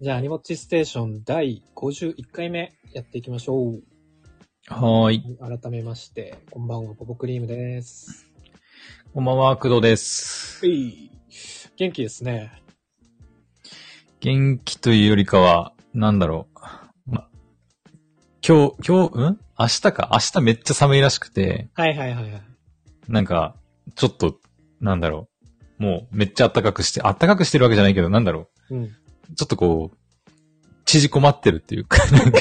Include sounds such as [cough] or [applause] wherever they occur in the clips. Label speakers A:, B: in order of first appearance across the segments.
A: じゃあ、アニモッチステーション第51回目やっていきましょう。
B: はーい。
A: 改めまして、こんばんは、ポポクリームです。
B: こんばんは、工藤です。
A: い。元気ですね。
B: 元気というよりかは、なんだろう。ま、今日、今日、ん明日か。明日めっちゃ寒いらしくて、
A: はいはいはいはい。
B: なんか、ちょっと、なんだろう。もう、めっちゃ暖かくして、暖かくしてるわけじゃないけど、なんだろ
A: うん。
B: う。ちょっとこう、縮こまってるっていうか、 [laughs] なんか、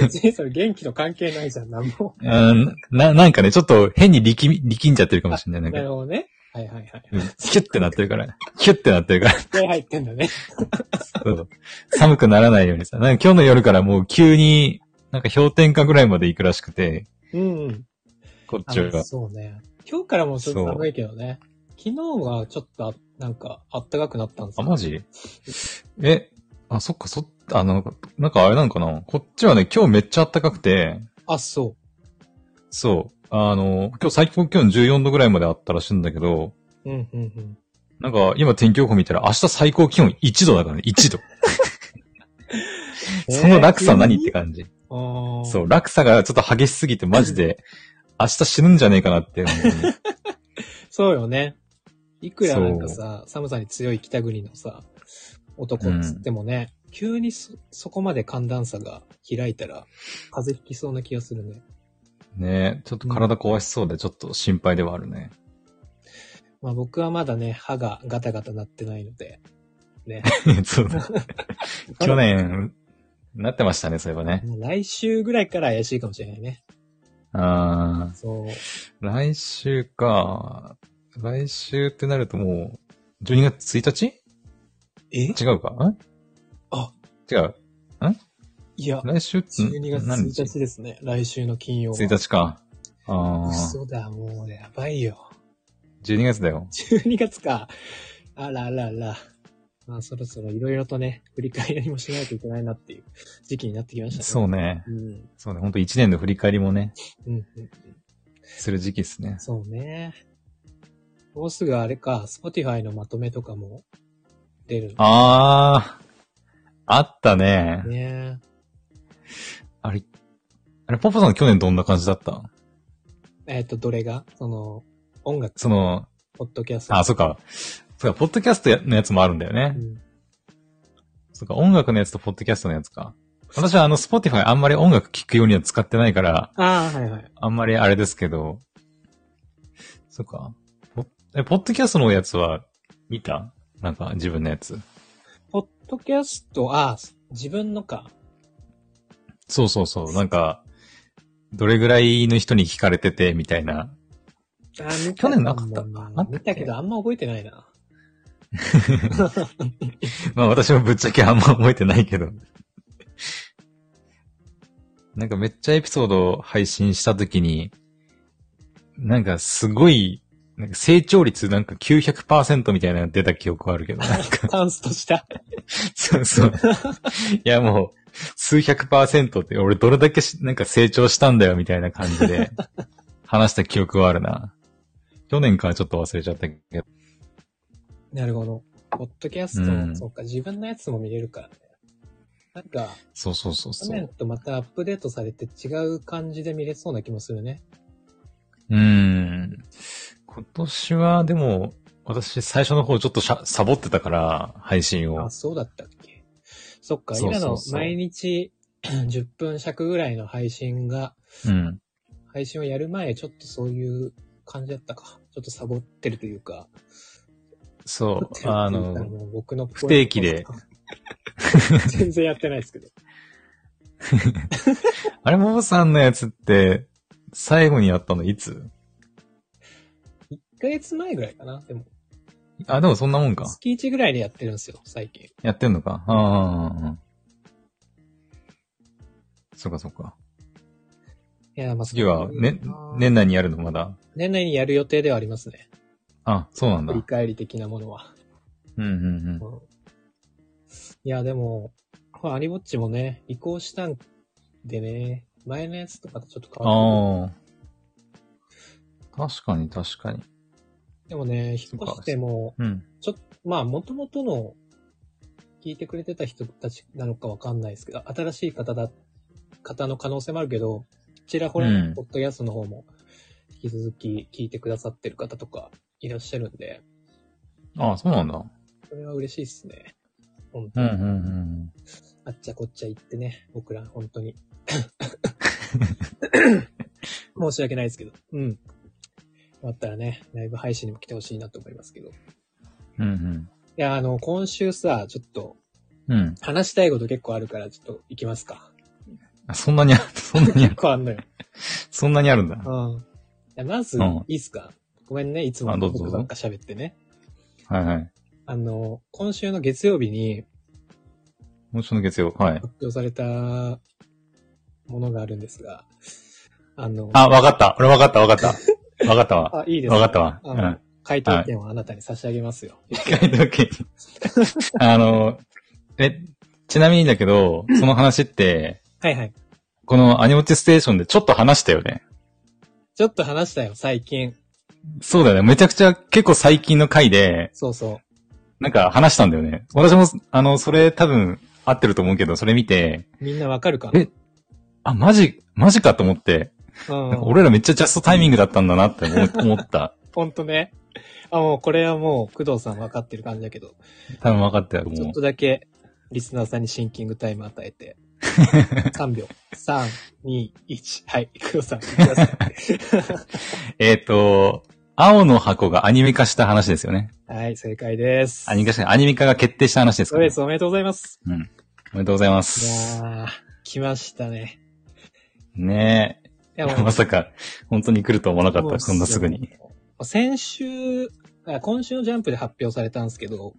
A: 別にそれ元気と関係ないじゃん、なんも。
B: うんな、なんかね、ちょっと変に力み、力んじゃってるかもしれない。なん
A: なる
B: か、
A: ほどね。はいはいはい。
B: うんキュッてなってるから、キュッてなってるから。
A: で、入ってんだね。
B: そう寒くならないようにさ。なんか今日の夜からもう急に、なんか氷点下ぐらいまで行くらしくて、
A: うんうん。
B: こっ
A: あ
B: ちは。
A: そうね。今日からもうちょっと寒いけどね。昨日はちょっとあ、なんか、あったかくなったんです
B: あ、
A: よ
B: マジえ、あ、そっか、そ、あの、なんかあれなのかなこっちはね、今日めっちゃ暖かくて、
A: あ、そ
B: そう、あの、今日最高気温14度ぐらいまであったらしいんだけど、
A: う。うんうんうん。
B: なんか今天気予報見たら明日最高気温1度だからね、1度。その落差何って感じ。
A: ああ。
B: そう、落差がちょっと激しすぎてマジで、明日死ぬんじゃねえかなって思う。
A: そうよね。いくらなんかさ、寒さに強い北国のさ、男っつってもね、急にそ、そこまで寒暖差が開いたら、風邪ひきそうな気がするね。
B: ねえ、ちょっと体壊しそうで、ちょっと心配ではあるね。
A: まあ僕はまだね、歯がガタガタなってないので、ね。
B: そう去年、なってましたね、そういえばね。
A: もう来週ぐらいから怪しいかもしれないね。
B: あ
A: そう。
B: ー来週か。来週ってなるともう、12月1
A: え
B: 日違うかん
A: あ、
B: 違う。
A: いや、
B: 来週って
A: 12月
B: 何日
A: 1日ですね。来週の金曜は。
B: ?1 日か。あー
A: 嘘だ、もうやばいよ。
B: 12月だよ。
A: 12月か。あらあらあら。まあそろそろいろいろとね、振り返りもしないといけないなっていう時期になってきましたね。
B: そうね。
A: うん。
B: そうね。ほんと1年の振り返りもね、
A: うん。うん。
B: する時期ですね。
A: そうね。もうすぐあれか、Spotify のまとめとかも出るの
B: あー、あったね。
A: ね。
B: あれ、あれ、ポポさん去年どんな感じだった
A: えっ、と、どれがその、音楽、
B: その、
A: ポッドキャスト。
B: あ、そっか。そっか、ポッドキャストやのやつもあるんだよね。
A: うん。
B: そっか、音楽のやつとポッドキャストのやつか。私はあの、スポティファイあんまり音楽聴くようには使ってないから、
A: ああ、はいはい。
B: あんまりあれですけど。そっか。ポえ、ポッドキャストのやつは見たなんか、自分のやつ。
A: ポッドキャスト、ああ、自分のか。
B: そうそうそう。なんか、どれぐらいの人に聞かれてて、みたいな。
A: あー見
B: 去年なかった
A: もん
B: あったっけ
A: 見たけど、あんま覚えてないな。
B: まあ私もぶっちゃけあんま覚えてないけど。なんかめっちゃエピソード配信したときに、なんかすごい、なんか成長率なんか900%みたいなの出た記憶はあるけど、なんか、
A: タンスとした。
B: そうそう。いやもう、数百パーセントって、俺どれだけしなんか成長したんだよみたいな感じで、話した記憶はあるな。去年からちょっと忘れちゃったけど。
A: なるほど。ポッドキャスト、
B: うん
A: そうか、自分のやつも見れるからね。なんか、
B: そうそうそう
A: 去
B: そ
A: 年
B: う。
A: とまたアップデートされて違う感じで見れそうな気もするね。
B: うーん。今年は、でも、私、最初の方ちょっとしゃサボってたから、配信を
A: あ、。そうだったっけ。そっか、
B: そう
A: 今
B: そ
A: の
B: うそう
A: 毎日 [coughs] 10分尺ぐらいの配信が、
B: うん。
A: 配信をやる前、ちょっとそういう感じだったか。ちょっとサボってるというか。
B: そ
A: 撮って
B: う。
A: る
B: あ
A: っていうか
B: の、
A: もう僕の
B: 不定期で。
A: [laughs] 全然やってないですけど。
B: あれ、ももさんのやつって、最後にやったのいつ
A: 1ヶ月前ぐらいかな。でも、
B: あ、でもそんなもんか。
A: 月1ぐらいでやってるんですよ、最近。
B: やってんのか。ああ。そうか、そうか。
A: いや、まあ、
B: 次は、ね
A: そうだ、な
B: 年内にやるのまだ。
A: 年内にやる予定ではありますね。
B: あ、そうなんだ。
A: 振り
B: うん、
A: 返り的なものは。
B: うん、うん。
A: うんいや、でも、まあアニぼっちもね、移行したんでね、前のやつとかとちょっと変わって
B: ああ。確かに、確かに。
A: くる。でもね、引っ越しても、
B: うん。
A: ちょっと、まあ、もともとの聞いてくれてた人たちなのかわかんないですけど、新しい方だ、方の可能性もあるけど、ちらほら
B: う
A: の
B: ん
A: ポッドキャストの方も、引き続き聞いてくださってる方とかいらっしゃるんで、
B: ああ、そうなんだ。
A: それは嬉しいですね。本当
B: うん、
A: に。
B: うん、うん。
A: あっちゃこっちゃ行ってね、僕ら、本当
B: [laughs]
A: に。申し訳ないですけど。うん。よかったらね、ライブ配信にも来てほしいなと思いますけど。い
B: うん、
A: や、あの、今週さ、ちょっと、
B: うん。うん。
A: 話したいこと結構あるから、ちょっと行きますか。
B: あそんなにあ、 [laughs] そんなにあ
A: 結、構あんのよ。
B: そんなにあるんだ。
A: うん。いや、まず、
B: うん
A: いいっすかごめんね、いつも
B: あどうぞ
A: 僕ばっか喋ってね。
B: はいはい。
A: あの、今週の月曜日に
B: 今週の月曜、はい。
A: 発表されたものがあるんですが、あの、
B: あ、わかった。俺わかった、わかった。わかった [laughs] わ。
A: あいいです
B: わかったわ。
A: あ
B: う
A: の
B: ん。
A: 回答権をあなたに差し上げますよ。
B: 回答権。 [laughs] あの、え、ちなみにだけど、その話って、
A: はいはい。
B: このアニモチステーションでちょっと話したよね。
A: ちょっと話したよ、最近。
B: そうだよね。めちゃくちゃ結構最近の回で、
A: そうそ
B: なんか話したんだよね。私も、あの、それ多分合ってると思うけど、それ見て、
A: う。みんなわかるかな
B: えあ、マジ、マジかと思って、
A: うん
B: なんか俺らめっちゃジャストタイミングだったんだなって思思った。
A: ほんとね。あ、もうこれはもう、工藤さんわかってる感じだけど、
B: 多分分かったよ、
A: ちょ
B: も
A: っとだけ、リスナーさんにシンキングタイム与え
B: [laughs]
A: て、3秒。3、2、1。はい、工藤さん、行ってくだ
B: [laughs]
A: さ
B: う。えっ、と、青の箱がアニメ化した話ですよね。
A: い。はい、正解です。
B: アニメ化した、アニメ化が決定した話です
A: そ
B: か
A: う
B: ら、
A: です、おめでとうございます。
B: おめでとうございま
A: い
B: す。
A: やー、来ましたね。
B: ねえ。
A: いや
B: まさか、本当に来ると思わなか
A: も
B: っ
A: う
B: た、こんなすぐに。
A: 先週、あ今週のジャンプで発表されたんですけど、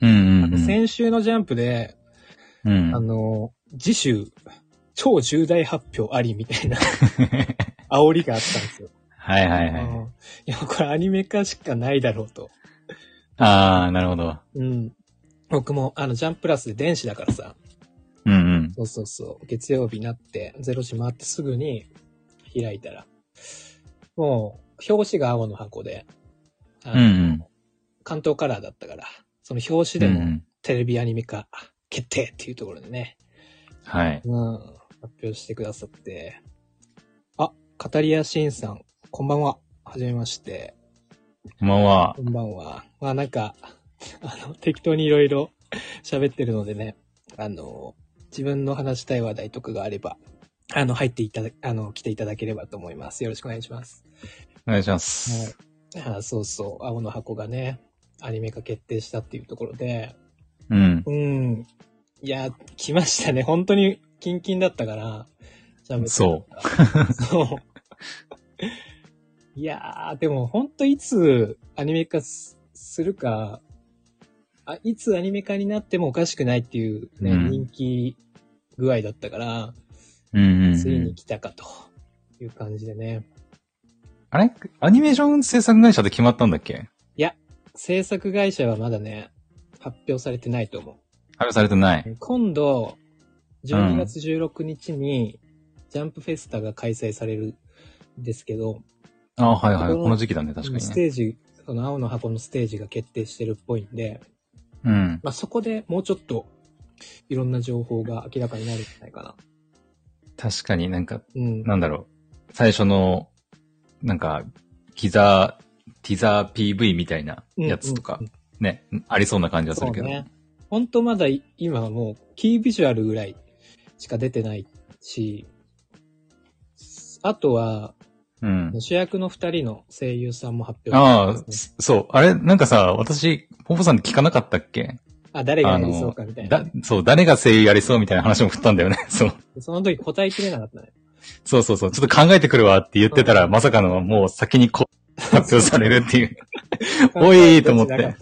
B: うんうんうん。
A: 先週のジャンプで、
B: うん
A: あの、次週、超重大発表ありみたい
B: [laughs]
A: な煽りがあったんですよ。
B: はいはいは
A: う
B: い。
A: んいや、これアニメ化しかないだろうと。
B: あー、なるほど。
A: うん。僕も、あの、ジャンプラスで電子だからさ、
B: うんうん。
A: そうそうそう、月曜日になって、ゼロ時回ってすぐに開いたら、もう、表紙が青の箱で、あ
B: うんう
A: の
B: ん。
A: 関東カラーだったから、その表紙
B: う
A: で
B: んう
A: も
B: ん。
A: テレビアニメ化決定っていうところでね、
B: はい。
A: うん、発表してくださって。あ、カタリアシンさん、こんばんは。はじめまして。
B: こんばんは。
A: こんばんは。まあなんか、あの、適当にいろいろ [laughs] 喋ってるのでね、あの、自分の話したい話題とかがあれば、あの、入っていただ、あの、来ていただければと思います。よろしくお願いします。
B: お願いします。
A: はい。あそうそう、青の箱がね、アニメ化決定したっていうところで、
B: うん。
A: うん。いや、来ましたね。本当に、キンキンだったから。ジャンプ
B: そ
A: そう。いやー、でも本当いつアニメ化すするか、あ、いつアニメ化になってもおかしくないっていうね、
B: うん
A: 人気具合だったから、
B: う。うんうんう
A: ついに
B: ん。
A: 来たかという感じでね。
B: あれアニメーション制作会社って決まったんだっけ
A: 制作会社はまだね、発表されてないと思う。
B: 発表されてない。
A: 今度、
B: う
A: 12
B: ん
A: 月16日に、ジャンプフェスタが開催されるんですけど、
B: あはいはい。
A: この
B: この時期だね、確かに
A: ス
B: ね。
A: テージ、その青の箱のステージが決定してるっぽいんで、
B: うん。
A: まあ、そこでもうちょっと、いろんな情報が明らかになるんじゃないかな。
B: 確かになんか、
A: うん。
B: なんだろう。最初の、なんか、ティザー、ティザー PV みたいなやつとか、
A: うんうん
B: ね、ありそうな感じはす
A: そ
B: る
A: う
B: けど。
A: ね。本当まだい今はもう、キービジュアルぐらいしか出てないし、あとは、
B: うん。
A: 主役の二人の声優さんも発表
B: あ
A: されて
B: あ、
A: ますね
B: そそう。あれ、なんかさ、私、ポンポさんって聞かなかったっけ
A: あ、誰がやりそうかみたいな
B: だ。、そう、誰が声優やりそうみたいな話も振ったんだよね。 [laughs] そう。
A: その時答えきれなかったね。
B: そうそうそう。ちょっと考えてくるわって言ってたら、まさかのもう先にこ発表されるっていう。 [laughs] [laughs] おいと思って。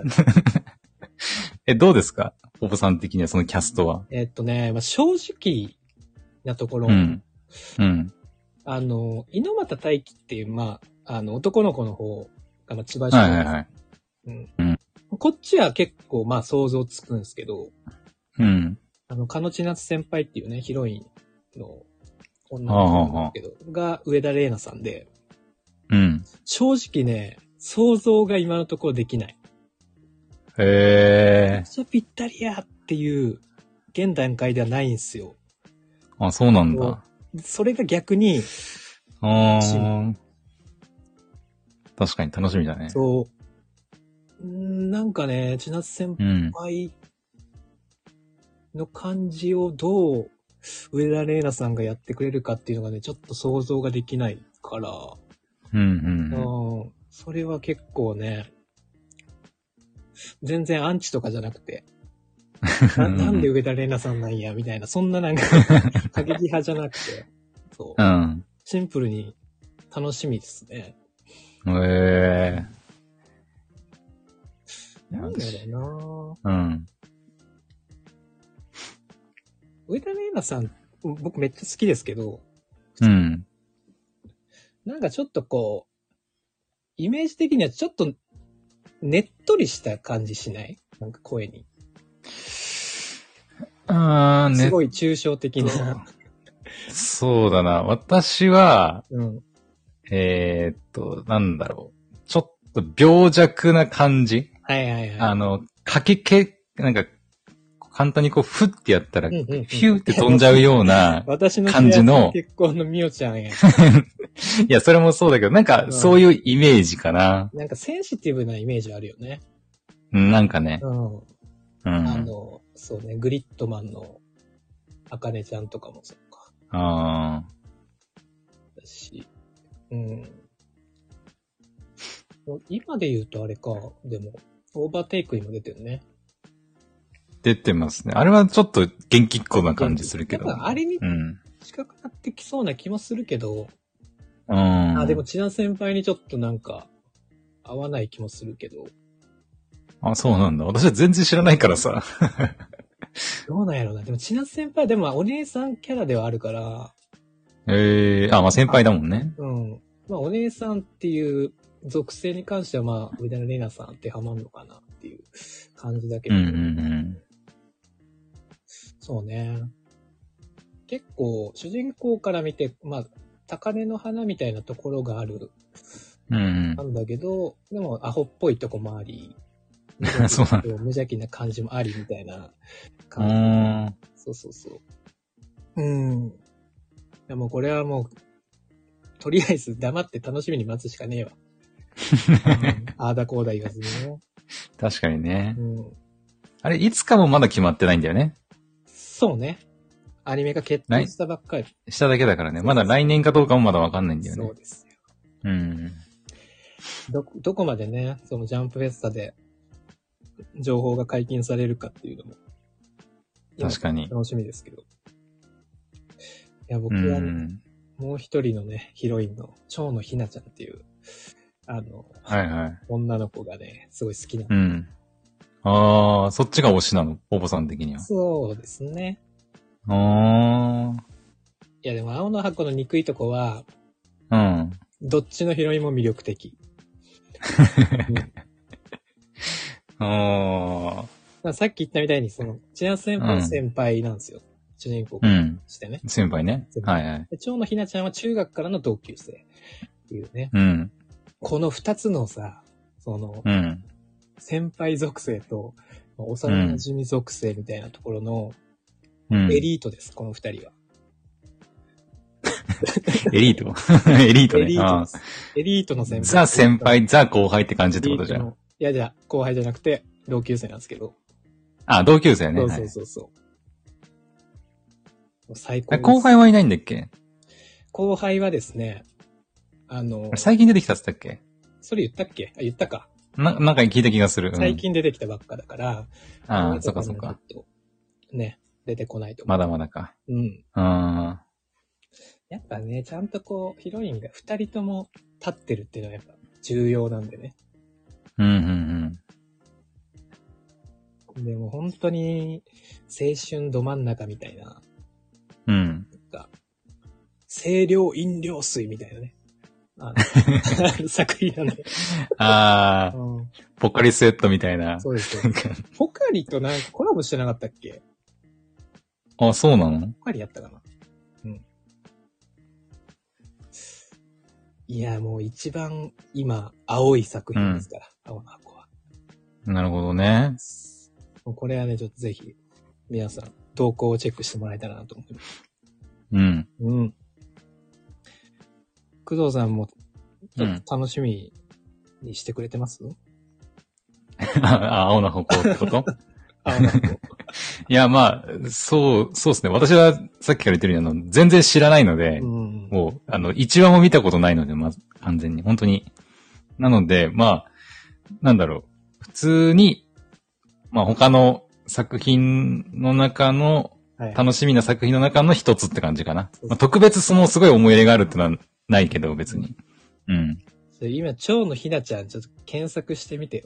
B: え、どうですかポポさん的にはそのキャストは。
A: えっとね、まあ、正直なところ、
B: うん。うん。
A: あの、猪俣大輝っていう、まあ、あの、男の子の方が、まあ、千葉市
B: はいはいはい。
A: こっちは結構、まあ、想像つくんですけど、
B: うん。
A: あの、かのちなつ先輩っていうね、ヒロインの女の子なんですけど、が上田玲奈さんで、
B: うん。
A: 正直ね、想像が今のところできない。
B: へえ。
A: そうぴったりやっていう、現段階ではないんですよ。
B: あ、そうなんだ。
A: それが逆に、
B: あー確かに楽しみだね。
A: そう、んーなんかね、千夏先
B: うん。
A: 輩の感じをどう、上田玲奈さんがやってくれるかっていうのがね、ちょっと想像ができないから、
B: うん
A: う
B: うん
A: ん、それは結構ね、全然アンチとかじゃなくて、ななんで上田玲奈さんなんや、みたいな、そんななんか、過激派じゃなくて、そう
B: う。ん。
A: シンプルに楽しみですね。
B: うん。へえ。
A: なんだろうな
B: うん。
A: 上田玲奈さん、僕めっちゃ好きですけど、
B: うん。
A: なんかちょっとこう、イメージ的にはちょっと、ねっとりした感じしないなんか声に。
B: あー、ね
A: すごい抽象的な。
B: そうだな。私は、
A: うん。
B: えー、っと、なんだろう。ちょっと病弱な感じ
A: はいはいはい。
B: あの、かけけ、なんか、簡単にこう、ふってやったら、
A: うん
B: フ
A: うんうん、
B: ューって飛んじゃうような
A: 私の
B: 感じの
A: 結婚のみおちゃんや。 [laughs]
B: いや、それもそうだけど、なんか
A: う、ん
B: そういうイメージかな。
A: なんかセンシティブなイメージあるよね。
B: うんなんかね。
A: うん。
B: う
A: あ
B: ん。
A: の、そうね、グリッドマンの、あかねちゃんとかもそうか。
B: あ
A: だし、うん。今で言うとあれか、でも、オーバーテイクにも出てるね。
B: ー出てますね。あれはちょっと元気っ子な感じするけど。
A: なんかあれに
B: うん。
A: 近くなってきそうな気もするけど、
B: うん。
A: あ、でも、千奈先輩にちょっとなんか、合わない気もするけど、
B: あ、そうなんだ。私は全然知らないか
A: [laughs]
B: らさ。
A: どうなんやろうな。でも、千奈先輩、でも、お姉さんキャラではあるから、
B: ええー、あ、まあ先輩だもんね。
A: うん。まあ、お姉さんっていう属性に関しては、まあ、上田玲奈さんってはまんのかなっていう感じだけ
B: う
A: ど、
B: んうん
A: そうね。結構、主人公から見て、まあ、高嶺の花みたいなところがある、
B: うん。うん
A: なんだけど、でも、アホっぽいとこもあり、
B: [laughs] そうなん
A: 無邪気な感じもあり、みたいな
B: う
A: 感じ。
B: ん。う
A: そうそうそう。うん。でも、これはもう、とりあえず黙って楽しみに待つしかねえ
B: [laughs]
A: わ。うんああだこうだ言わずにね。
B: ーん確かにね。
A: うん。
B: あれ、いつかもまだ決まってないんだよね。
A: そうね。アニメが決定したばっかり。
B: しただけだからね。まだ来年かどうかもまだわかんないんだよ
A: そ
B: ね
A: う。です。
B: うん。
A: どこ、どこまでね、そのジャンプフェスタで、情報が解禁されるかっていうのも、今
B: 確かに。
A: 楽しみですけど。いや、僕
B: う
A: はね、
B: ん。
A: もう一人のね、ヒロインの、蝶野ひなちゃんっていう、あの、
B: はいはい。
A: 女の子がね、すごい好きな
B: う。ん。ああ、そっちが推しなの。おぼさん的には。
A: そうですね。
B: あ
A: いや、でも、青の箱の憎いとこは、
B: あ。うん。
A: どっちのヒロインも魅力的。
B: ああ。
A: まあさっき言ったみたいに、その、千奈先輩は先輩なんですよ。主人公
B: う
A: と
B: ん。
A: してね。
B: 先輩ね。はいはい。
A: で長野ひなちゃんは中学からの同級生っていうね。
B: うん。
A: この二つのさ、その、
B: うん。
A: 先輩属性と、幼馴染み属性みたいなところの
B: うん。
A: エリートです、この二人は。
B: エリート。 [laughs] エリート
A: エ
B: ね
A: リ。ート
B: あ
A: で
B: ー
A: す。エリートの先輩。
B: ザ先輩、ザ後輩って感じ
A: エ
B: って
A: リ
B: こ
A: ー
B: と
A: ト
B: じゃん。
A: の。いやじゃ後輩じゃなくて、同級生なんですけど。
B: あ、同級生ね。
A: そう
B: は
A: そ
B: いう
A: そうそう。もう最高
B: あ
A: です
B: 後輩はいないんだっけ
A: 後輩はですね、あの、
B: 最近出てきたっつったっけ
A: それ言ったっけあ、言ったか。
B: な、なんか聞いた気がする。うん
A: 最。近出てきたばっかだから、
B: あ
A: こ
B: あ、そっかそっ
A: の人
B: か。
A: ちょっと。ね、出てこないと思う。
B: まだまだか。
A: うん。
B: あ
A: やっぱね、ちゃんとこう、ヒロインが二人とも立ってるっていうのはやっぱ重要なんでね。
B: あ。うんうん
A: でも本当に、青春ど真ん中みたいな、
B: うん。うん。
A: 清涼飲料水みたいなね。
B: [laughs]
A: あの作品なんで。
B: ああ、
A: うん
B: ポカリスエットみたいな。
A: そうです
B: な
A: よ
B: ん。か
A: ポカリとなんかコラボしてなかったっけ
B: あ、そうなの
A: ポカリやったかなうん。いや、もう一番今、青い作品ですから、青の箱は。
B: なるほどね。
A: もうこれはね、ちょっとぜひ、皆さん、動向をチェックしてもらえたらなと思います。
B: うん。 [laughs]
A: うん。工藤さんも、ちょっと楽しみにしてくれて
B: [laughs]
A: ます、
B: あ青の歩行ってこと
A: あなんか
B: いや、まあ、そう、そうですね。私はさっきから言ってるように、あの、全然知らないので、
A: うん。
B: もう、あの、一話も見たことないので、まず、完全に、本当に。なので、まあ、なんだろう。普通に、まあ他の作品の中の、
A: はい。
B: 楽しみな作品の中の一つって感じかな。まあ、特別そのすごい思い入れがあるってのはないけど、別に。うん。
A: それ今、蝶のひなちゃん、ちょっと検索してみてよ。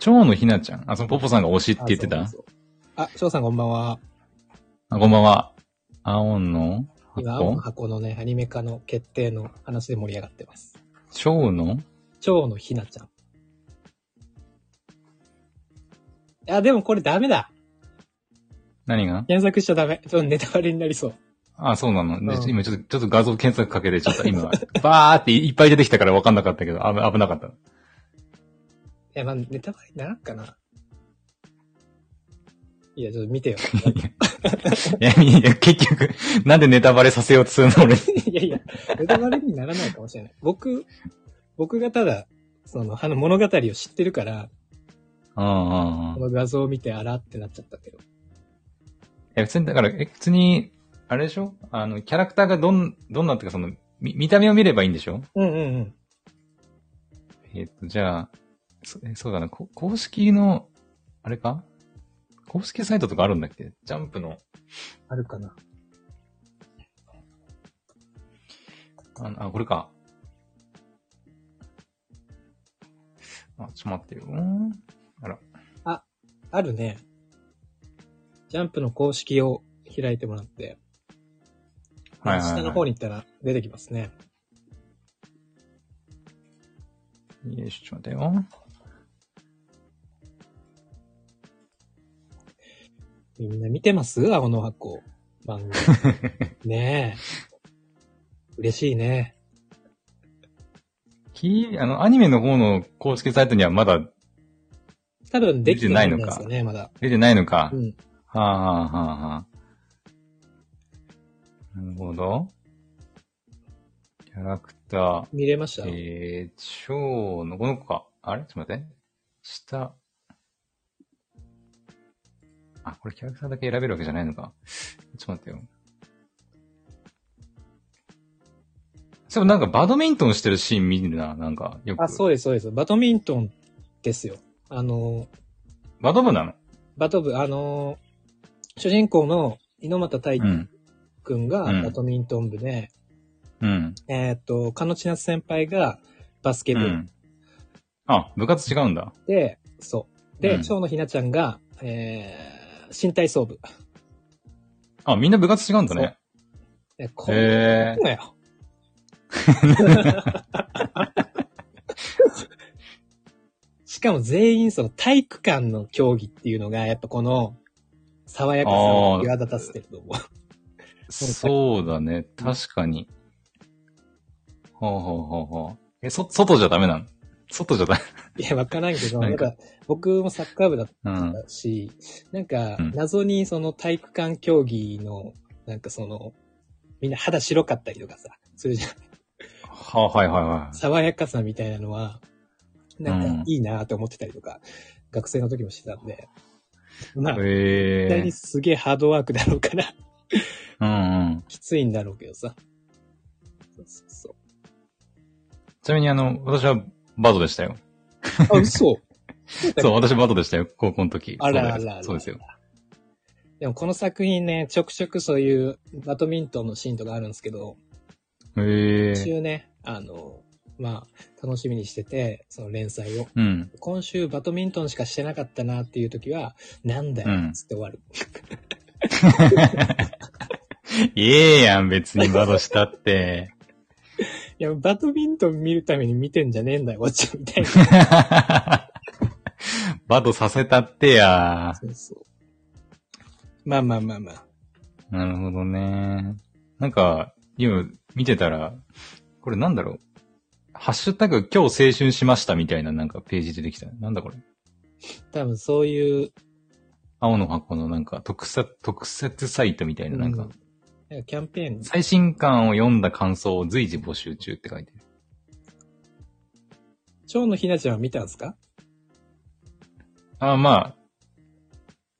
B: 蝶のひなちゃん。あ、そのポポさんが推しって言ってた
A: あ、そうそうあ翔さんこんばんは。
B: あ、こんばんは。青の
A: 今、青の
B: 箱
A: 箱のね、アニメ化の決定の話で盛り上がってます。
B: 蝶の
A: 蝶のひなちゃん。いや、でもこれダメだ。
B: 何が
A: 検索しちゃダメ。ちょっとネタバレになりそう。
B: あ、そうなの。で
A: うん
B: 今ちょっと、ちょっと画像検索かけて、ちょっと今、 [laughs] バーっていいっぱい出てきたから分かんなかったけど、危危なかった。
A: いや、まあ、ネタバレにならんかな。いや、ちょっと見てよ。 [laughs]
B: いや、いや結局、なんでネタバレさせようとするの俺。
A: いやいや、ネタバレにならないかもしれない。僕、僕がただ、その、あの物語を知ってるから、
B: うんうんうん
A: こ。の画像を見てあらってなっちゃったけど。
B: いや、普通に、だから、え、普通に、あれでしょあの、キャラクターがどん、どんなっていうか、その、み、見た目を見ればいいんでしょ
A: うんうんうん。
B: えっ、と、じゃあ、そえそうだな、こ公式の、あれか公式サイトとかあるんだっけジャンプの、
A: あるかな。
B: あ、あこれか。あ、ちょっと待ってよ。
A: あるね。ジャンプの公式を開いてもらって、
B: はいはい、
A: 下の
B: は
A: 方に行ったら出てきますね。
B: い。よし、ちょっと待ってよ。
A: みんな見てます青の箱。番
B: [laughs]
A: 組。ねえ。嬉しいね。
B: き、あの、アニメの方の公式サイトにはまだ
A: 多分できてないんですよ
B: 出
A: ね、まだ。
B: 出てないのか。
A: うん。
B: はあ、はあはあはあ、なるほど。キャラクター。
A: 見れました、
B: えー、蝶の、この子か。あれちょっと待って。下。あ、これキャラクターだけ選べるわけじゃないのか。ちょっと待ってよ。そういえばなんかバドミントンしてるシーン見るな、なんか、よく。
A: あ、そうです、そうです。バドミントンですよ。あの、
B: バド部なの
A: バト部、あの、主人公の猪俣大
B: う
A: 輝
B: ん。
A: くんが
B: うん
A: バドミントン部で、
B: うん。
A: えーっと、鹿野千夏先輩がバスケ
B: う
A: 部
B: ん。あ、部活違うんだ。
A: で、そう。で、
B: うん
A: 蝶野ひなちゃんが、えー、新体操部。
B: あ、みんな部活違うんだね。
A: え、こんな
B: へえ
A: のよ。 [laughs] しかも全員その体育館の競技っていうのが、やっぱこの、爽やかさを際立たせてると思う。
B: そうだね。確かに。ほうほうほうほう。え、そ、外じゃダメなの外じゃ
A: [laughs]
B: ダ
A: いや、わからんけど、
B: な
A: なんん
B: か
A: か、僕もサッカー部だっ
B: メ。うん。
A: たし、なんか
B: うん、
A: 謎にその体育館競技の、なんかその、みんな肌白かったりとかさ、するじゃん。
B: はあ、はいはいは
A: 爽やかさみたいなのは、なん
B: うん
A: かいいなと思ってたりとか、学生の時もしてたんで。まあ
B: い。、
A: 絶対
B: ええ
A: にすげえハードワークだろうから、 [laughs]
B: うんうん。
A: きついんだろうけどさ。そうそうそ
B: ちなみにあの、私はバドでしたよ。
A: [laughs] う。あ、嘘
B: そう、私バドでしたよ。高校の時。
A: あらあらあら
B: そうですそうですよ。
A: でもこの作品ね、ちょくちょくそういうバドミントンのシーンとかあるんですけど、
B: ええ
A: 今週ね、あの、まあ、楽しみにしてて、その連載を。
B: うん。
A: 今週バドミントンしかしてなかったなっていう時は、なんだよ、つって終わる。
B: いええやん、別にバドしたって。
A: いや、バドミントン見るために見てんじゃねえんだよ、こっちみたい [laughs] な。
B: [laughs] バドさせたってや。
A: そうそう。まあまあまあまあ。
B: なるほどね。なんか、今見てたら、これなんだろう。ハッシュタグ今日青春しましたみたいななんかページ出てきた。なんだこれ。
A: 多分そういう、
B: 青の箱のなんか特撮、特設サイトみたいななんか、
A: うんなんかキャンペーン、
B: 最新刊を読んだ感想を随時募集中って書いてる。
A: 蝶のひなちゃんは見たんですか
B: ああ、まあ、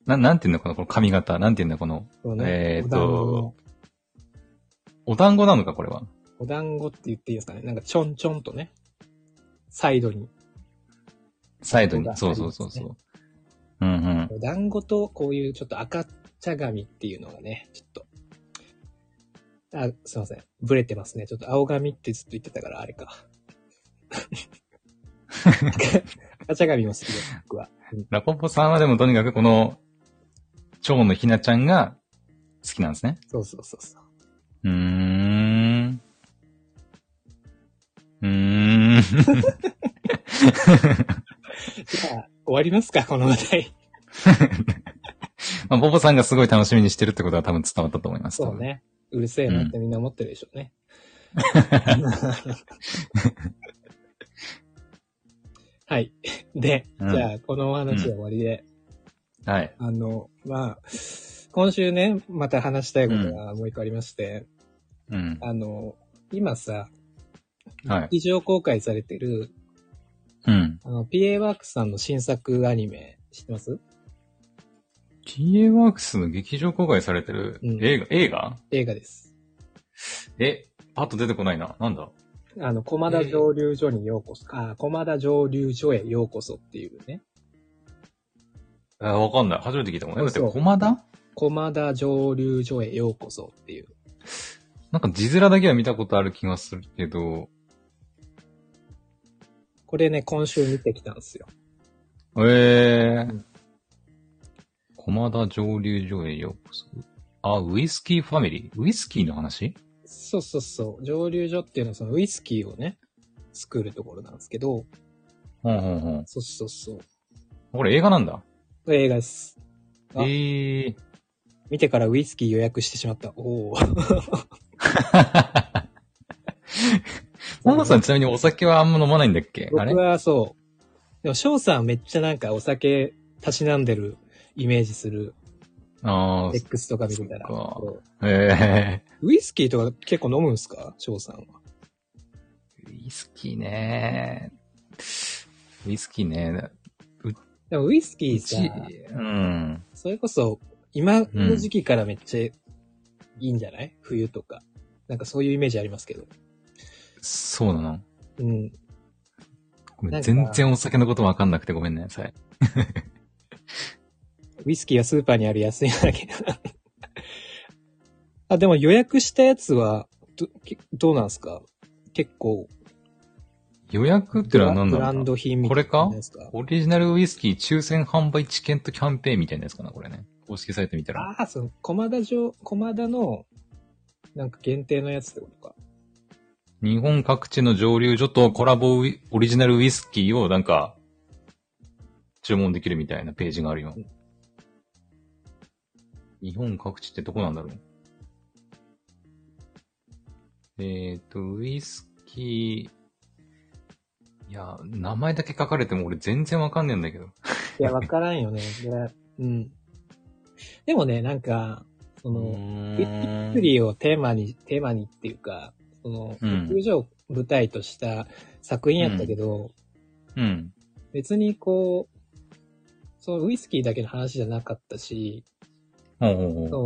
B: な、なんていうのかなこの髪型。なんていうんだこの、
A: そう
B: えーっと
A: お団子の、
B: お団子なのかこれは。
A: お団子って言っていいですかね。なんかちょんちょんとね、サイドに。
B: サイドに
A: そう。だ
B: そうそうそうそう。うんうん。
A: お団子とこういうちょっと赤茶髪っていうのがね、ちょっと。あ、すいません。ブレてますね。ちょっと青髪ってずっと言ってたから、あれ
B: [laughs]
A: か。赤茶髪も好きです、僕は。
B: ラポポさんはでもとにかくこの、蝶のひなちゃんが好きなんですね。
A: そうそうそうそう。
B: うーん。うーん。
A: じゃあ、終わりますか、この話題。
B: [laughs] まあ、ポポさんがすごい楽しみにしてるってことは多分伝わったと思います。
A: そうね。うるせえなってみんな思ってるでしょうね。はい。で、
B: うん
A: じゃあ、このお話は終わりで、
B: 多分。はい。
A: あの、まあ、今週ね、また話したいことがもう一個ありまして、
B: うん。
A: あの、今さ、
B: はい。
A: 劇場公開されてる、
B: うん。
A: あの、PA ワークスさんの新作アニメ、知ってます
B: TA ワークスの劇場公開されてる
A: うん
B: 映画、映画
A: 映画です。
B: え、パッと出てこないな。なんだ
A: あの、駒田蒸留所にようこそ、あ、駒田蒸留所へようこそっていうね、
B: あわかんない。初めて聞いたもん。え、だって、
A: そう
B: 駒田
A: 駒田蒸留所へようこそっていう、
B: なんか字面だけは見たことある気がするけど、
A: これね、今週見てきたんですよ。
B: ええ
A: うん
B: 駒田蒸留所へようこそ。あ、ウイスキーファミリー。ウイスキーの話
A: そうそうそう。蒸留所っていうのはそのウイスキーをね、作るところなんですけど、
B: ほんほんほん。
A: そうそうそう。
B: これ映画なんだ。
A: これ映画です。あ
B: え
A: [laughs]
B: え
A: 見てからウイスキー予約してしまった。おお。
B: 本田さんちなみにお酒はあんま飲まないんだっけあれ
A: 僕はそう。でも、翔さんめっちゃなんかお酒たしなんでるイメージする。
B: あ
A: X とか見てたら。
B: そっか
A: そう
B: あ、ええ
A: ウイスキーとか結構飲むんすか翔さんは。
B: ウイスキーねウイスキーね
A: でもウイスキ
B: う
A: ー
B: ち、
A: さ、
B: うん。
A: それこそ今の時期からめっちゃいいんじゃない、冬とか。なんかそういうイメージありますけど。
B: そうなの。
A: うん。
B: ごめ
A: なん
B: ん、
A: か
B: 全然お酒のことわかんなくてごめんなさい。
A: ウイスキーはスーパーにある安いのだけど。 [laughs] あ、でも予約したやつは、ど、けどうなんすか結構、
B: 予約ってのは何
A: ブ
B: な
A: ラン
B: んだ
A: ド品みたいなやつですか
B: オリジナルウイスキー抽選販売チケットキャンペーンみたいなやつかな、これね。公式サイト見たら。
A: ああ、その、駒田城、駒田の、なんか限定のやつってことか。
B: 日本各地の蒸留所とコラボウイオリジナルウイスキーをなんか、注文できるみたいなページがあるよ。日本各地ってどこなんだろうえっ、と、ウイスキー、いや、名前だけ書かれても俺全然わかんねえんだけど。
A: いや、わからんよね。いやうん。でもね、なんか、その、ウイス
B: ー
A: キ
B: ん
A: ーをテーマに、テーマにっていうか、その、
B: うん
A: 友情を舞台とした作品やったけど、
B: うん。
A: 別にこう、そのウイスキーだけの話じゃなかったし、
B: ほうほうほう
A: そ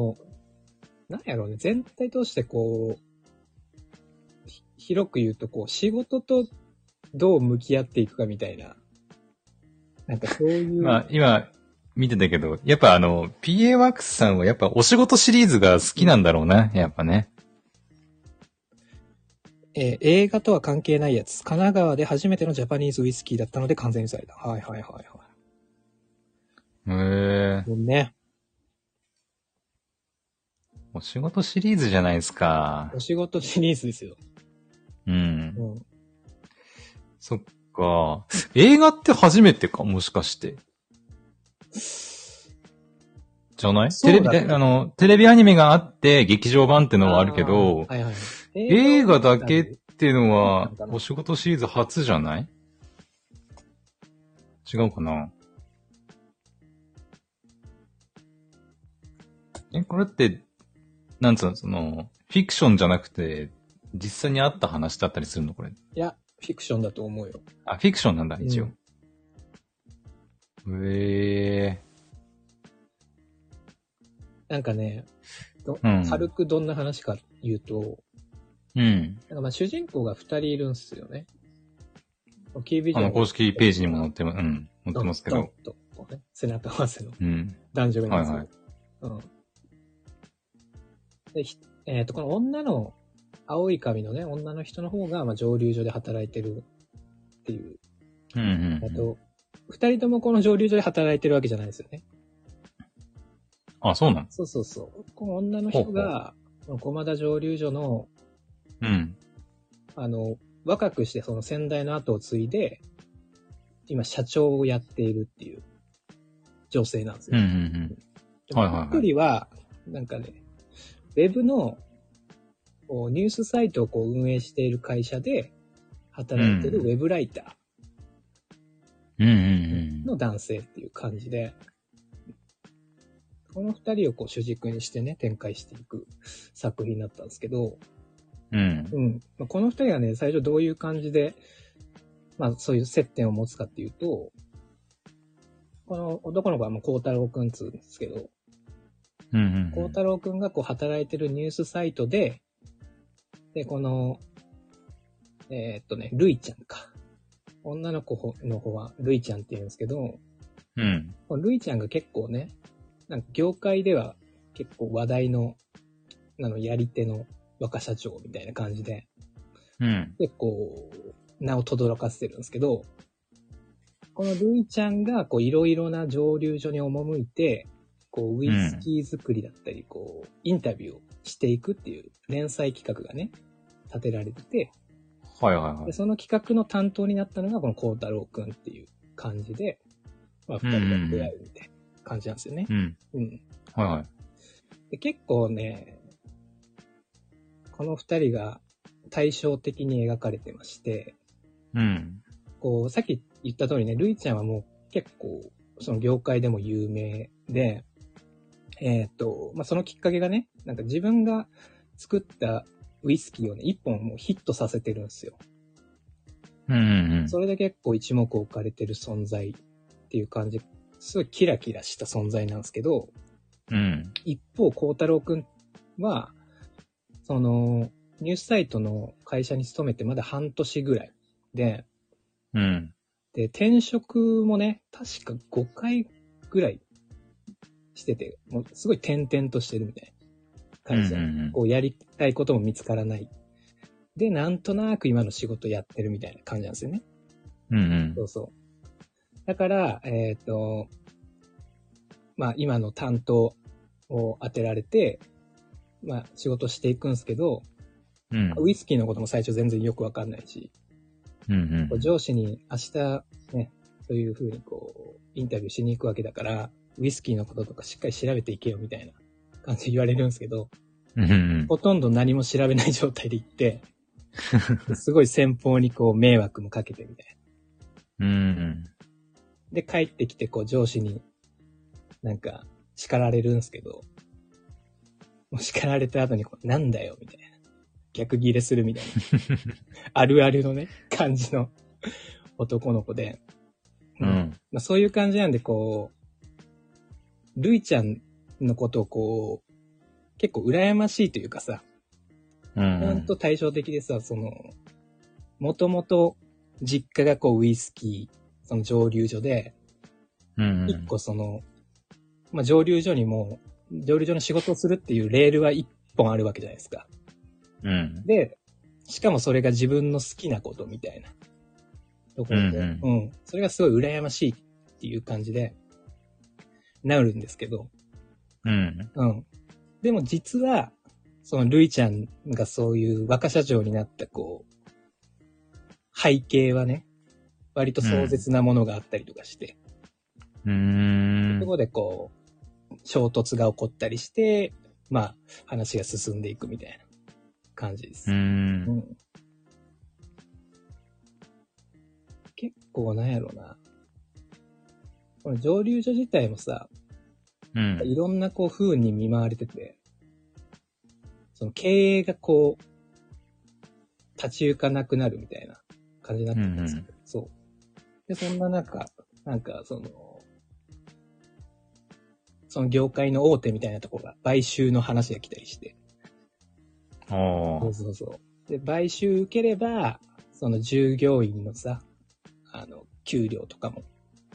A: の、なんやろうね、全体通してこう、ひ広く言うとこう、仕事とどう向き合っていくかみたいな、なんかそういう、
B: まあ、今、見てたけど、やっぱあの、PA ワークスさんはやっぱお仕事シリーズが好きなんだろうな、やっぱね。
A: えー映画とは関係ないやつ、神奈川で初めてのジャパニーズウイスキーだったので完全にされた。はいはいはいは
B: へえ
A: い。もうね、
B: お仕事シリーズじゃないですか
A: お。仕事シリーズですよ。
B: うん。
A: うん。
B: そっか。映画って初めてか、もしかして。じゃない
A: そう
B: テ
A: だ
B: レ
A: ね
B: ビで、あの、テレビアニメがあって、劇場版ってのはあるけど、
A: あーはいはい、
B: 映画だけっっていうのは
A: なんか、な
B: お仕事シリーズ初じゃない違うかなえ、これって、なんつうの、その、フィクションじゃなくて、実際にあった話だったりするのこれ。
A: いや、フィクションだと思うよ。
B: あ、フィクションなんだ、一応。え
A: なんかね、ど
B: うん
A: 軽くどんな話か言うと、
B: えうん。
A: なんかまあ主人公が二人いるんすよね。キービジ
B: あ
A: ョン
B: の、公式ページにも載ってま、うん、載ってますけ
A: ドンド
B: ど。
A: ンとこうね、背中合わせの
B: うん。
A: 男女がいますよ。
B: はい
A: うん。で、ひえっ、と、この女の、青い髪のね、女の人の方が、まあ、蒸留所で働いてるっていう。
B: うん、うん。
A: あと、二人ともこの蒸留所で働いてるわけじゃないですよね。
B: あ、そうなの
A: そうそうそう。この女の人が、この駒田蒸留所の、
B: うん。
A: あの、若くしてその先代の後を継いで、今社長をやっているっていう女性なんです
B: うん、
A: よ。
B: うん、うん。
A: で
B: はいはいはい
A: 一人は、なんかね、ウェブのこうニュースサイトをこう運営している会社で働いてる
B: う
A: ウ
B: ん
A: ェブライタ
B: うんうん
A: ー
B: うん。
A: の男性っていう感じで、この二人をこう主軸にしてね、展開していく作品だったんですけど、
B: うん。
A: うん。まあこの二人がね、最初どういう感じで、まあそういう接点を持つかっていうと、この男の子はもう孝太郎くんっつうんですけど、
B: うんうん
A: 孝太郎くんがこう働いてるニュースサイトで、で、この、えーっとね、るいちゃんか。女の子の方はるいちゃんって言うんですけど、
B: うん。
A: このるいちゃんが結構ね、なんか業界では結構話題の、あの、やり手の若社長みたいな感じで、
B: うん。
A: 結構、名を轟かせてるんですけど、このルイちゃんが、こう、いろいろな蒸留所に赴いて、こう、ウイスキー作りだったり、こう、インタビューをしていくっていう連載企画がね、立てられてて、
B: はいはいは
A: で
B: い。
A: その企画の担当になったのが、この孝太郎くんっていう感じで、まあ、二人が出会うみたいな感じなんですよね。
B: うん。
A: うん。
B: はいはい。
A: で結構ね、この二人が対照的に描かれてまして、
B: うん。
A: こう、さっき言った通りね、ルイちゃんはもう結構、その業界でも有名で、えーっ、と、まあ、そのきっかけがね、なんか自分が作ったウイスキーをね、一本もうヒットさせてるんですよ。
B: うんうんうん。
A: それで結構一目置かれてる存在っていう感じ、すごいキラキラした存在なんですけど、
B: うん。
A: 一方、孝太郎くんは、その、ニュースサイトの会社に勤めてまだ半年ぐらいで、
B: うん。
A: で、転職もね、確か5回ぐらいしてて、もうすごい転々としてるみたいな感じで、
B: うんうんうん
A: こうやりたいことも見つからない。で、なんとなく今の仕事やってるみたいな感じなんですよね。
B: うん
A: そうそう。だから、えっ、と、まあ今の担当を当てられて、まあ仕事していくんですけど、
B: うん。うん。
A: ウイスキーのことも最初全然よくわかんないし、
B: うん
A: こう上司に明日ね、そういう風にこう、インタビューしに行くわけだから、ウイスキーのこととかしっかり調べていけよみたいな感じで言われるんですけど、
B: うん。
A: ほとんど何も調べない状態で行って、すごい先方にこう迷惑もかけてみたいな。
B: うん。
A: で、帰ってきてこう上司になんか叱られるんですけど、もう叱られた後にこうなんだよみたいな。逆ギレするみたいな。あるあるのね、感じの男の子で。
B: うん。
A: まあ、そういう感じなんで、こう、ルイちゃんのことをこう、結構羨ましいというかさ、
B: う
A: ほん
B: ん。
A: と対照的でさ、その、もともと実家がこうウイスキー、その蒸留所で、
B: うん。
A: 一個その、まあ、蒸留所にも、蒸留所の仕事をするっていうレールは一本あるわけじゃないですか。
B: うん。
A: で、しかもそれが自分の好きなことみたいなところで、う
B: うんん、
A: それがすごい羨ましいっていう感じで、なるんですけど、
B: うん。
A: うん。でも実は、そのルイちゃんがそういう若社長になったこう、背景はね、割と壮絶なものがあったりとかして、
B: う
A: そ
B: ん。
A: こでこう、衝突が起こったりして、まあ、話が進んでいくみたいな感じです。
B: うん。
A: うん結構なんやろな。この蒸留所自体もさ、
B: うん。
A: いろんなこう風に見舞われてて、その経営がこう、立ち行かなくなるみたいな感じになってるんですけど、そう。で、そんな中、なんかその、その業界の大手みたいなところが買収の話が来たりして、
B: お
A: そう
B: ー
A: そうそう。で、買収受ければ、その従業員のさ、あの、給料とかも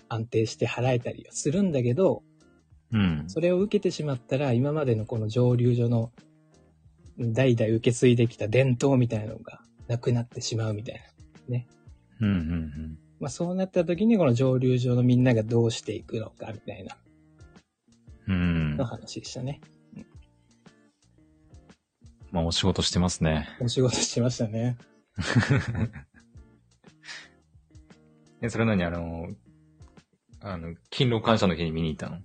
A: 安定して払えたりはするんだけど、
B: うん。
A: それを受けてしまったら、今までのこの蒸留所の代々受け継いできた伝統みたいなのがなくなってしまうみたいな。
B: うん。うん。
A: まあそうなった時にこの蒸留所のみんながどうしていくのかみたいな
B: うん。
A: の話でしたね。
B: まあ、お仕事してますね。
A: お仕事しましたね。
B: え、それなにあの、あの、勤労感謝の日に見に行ったの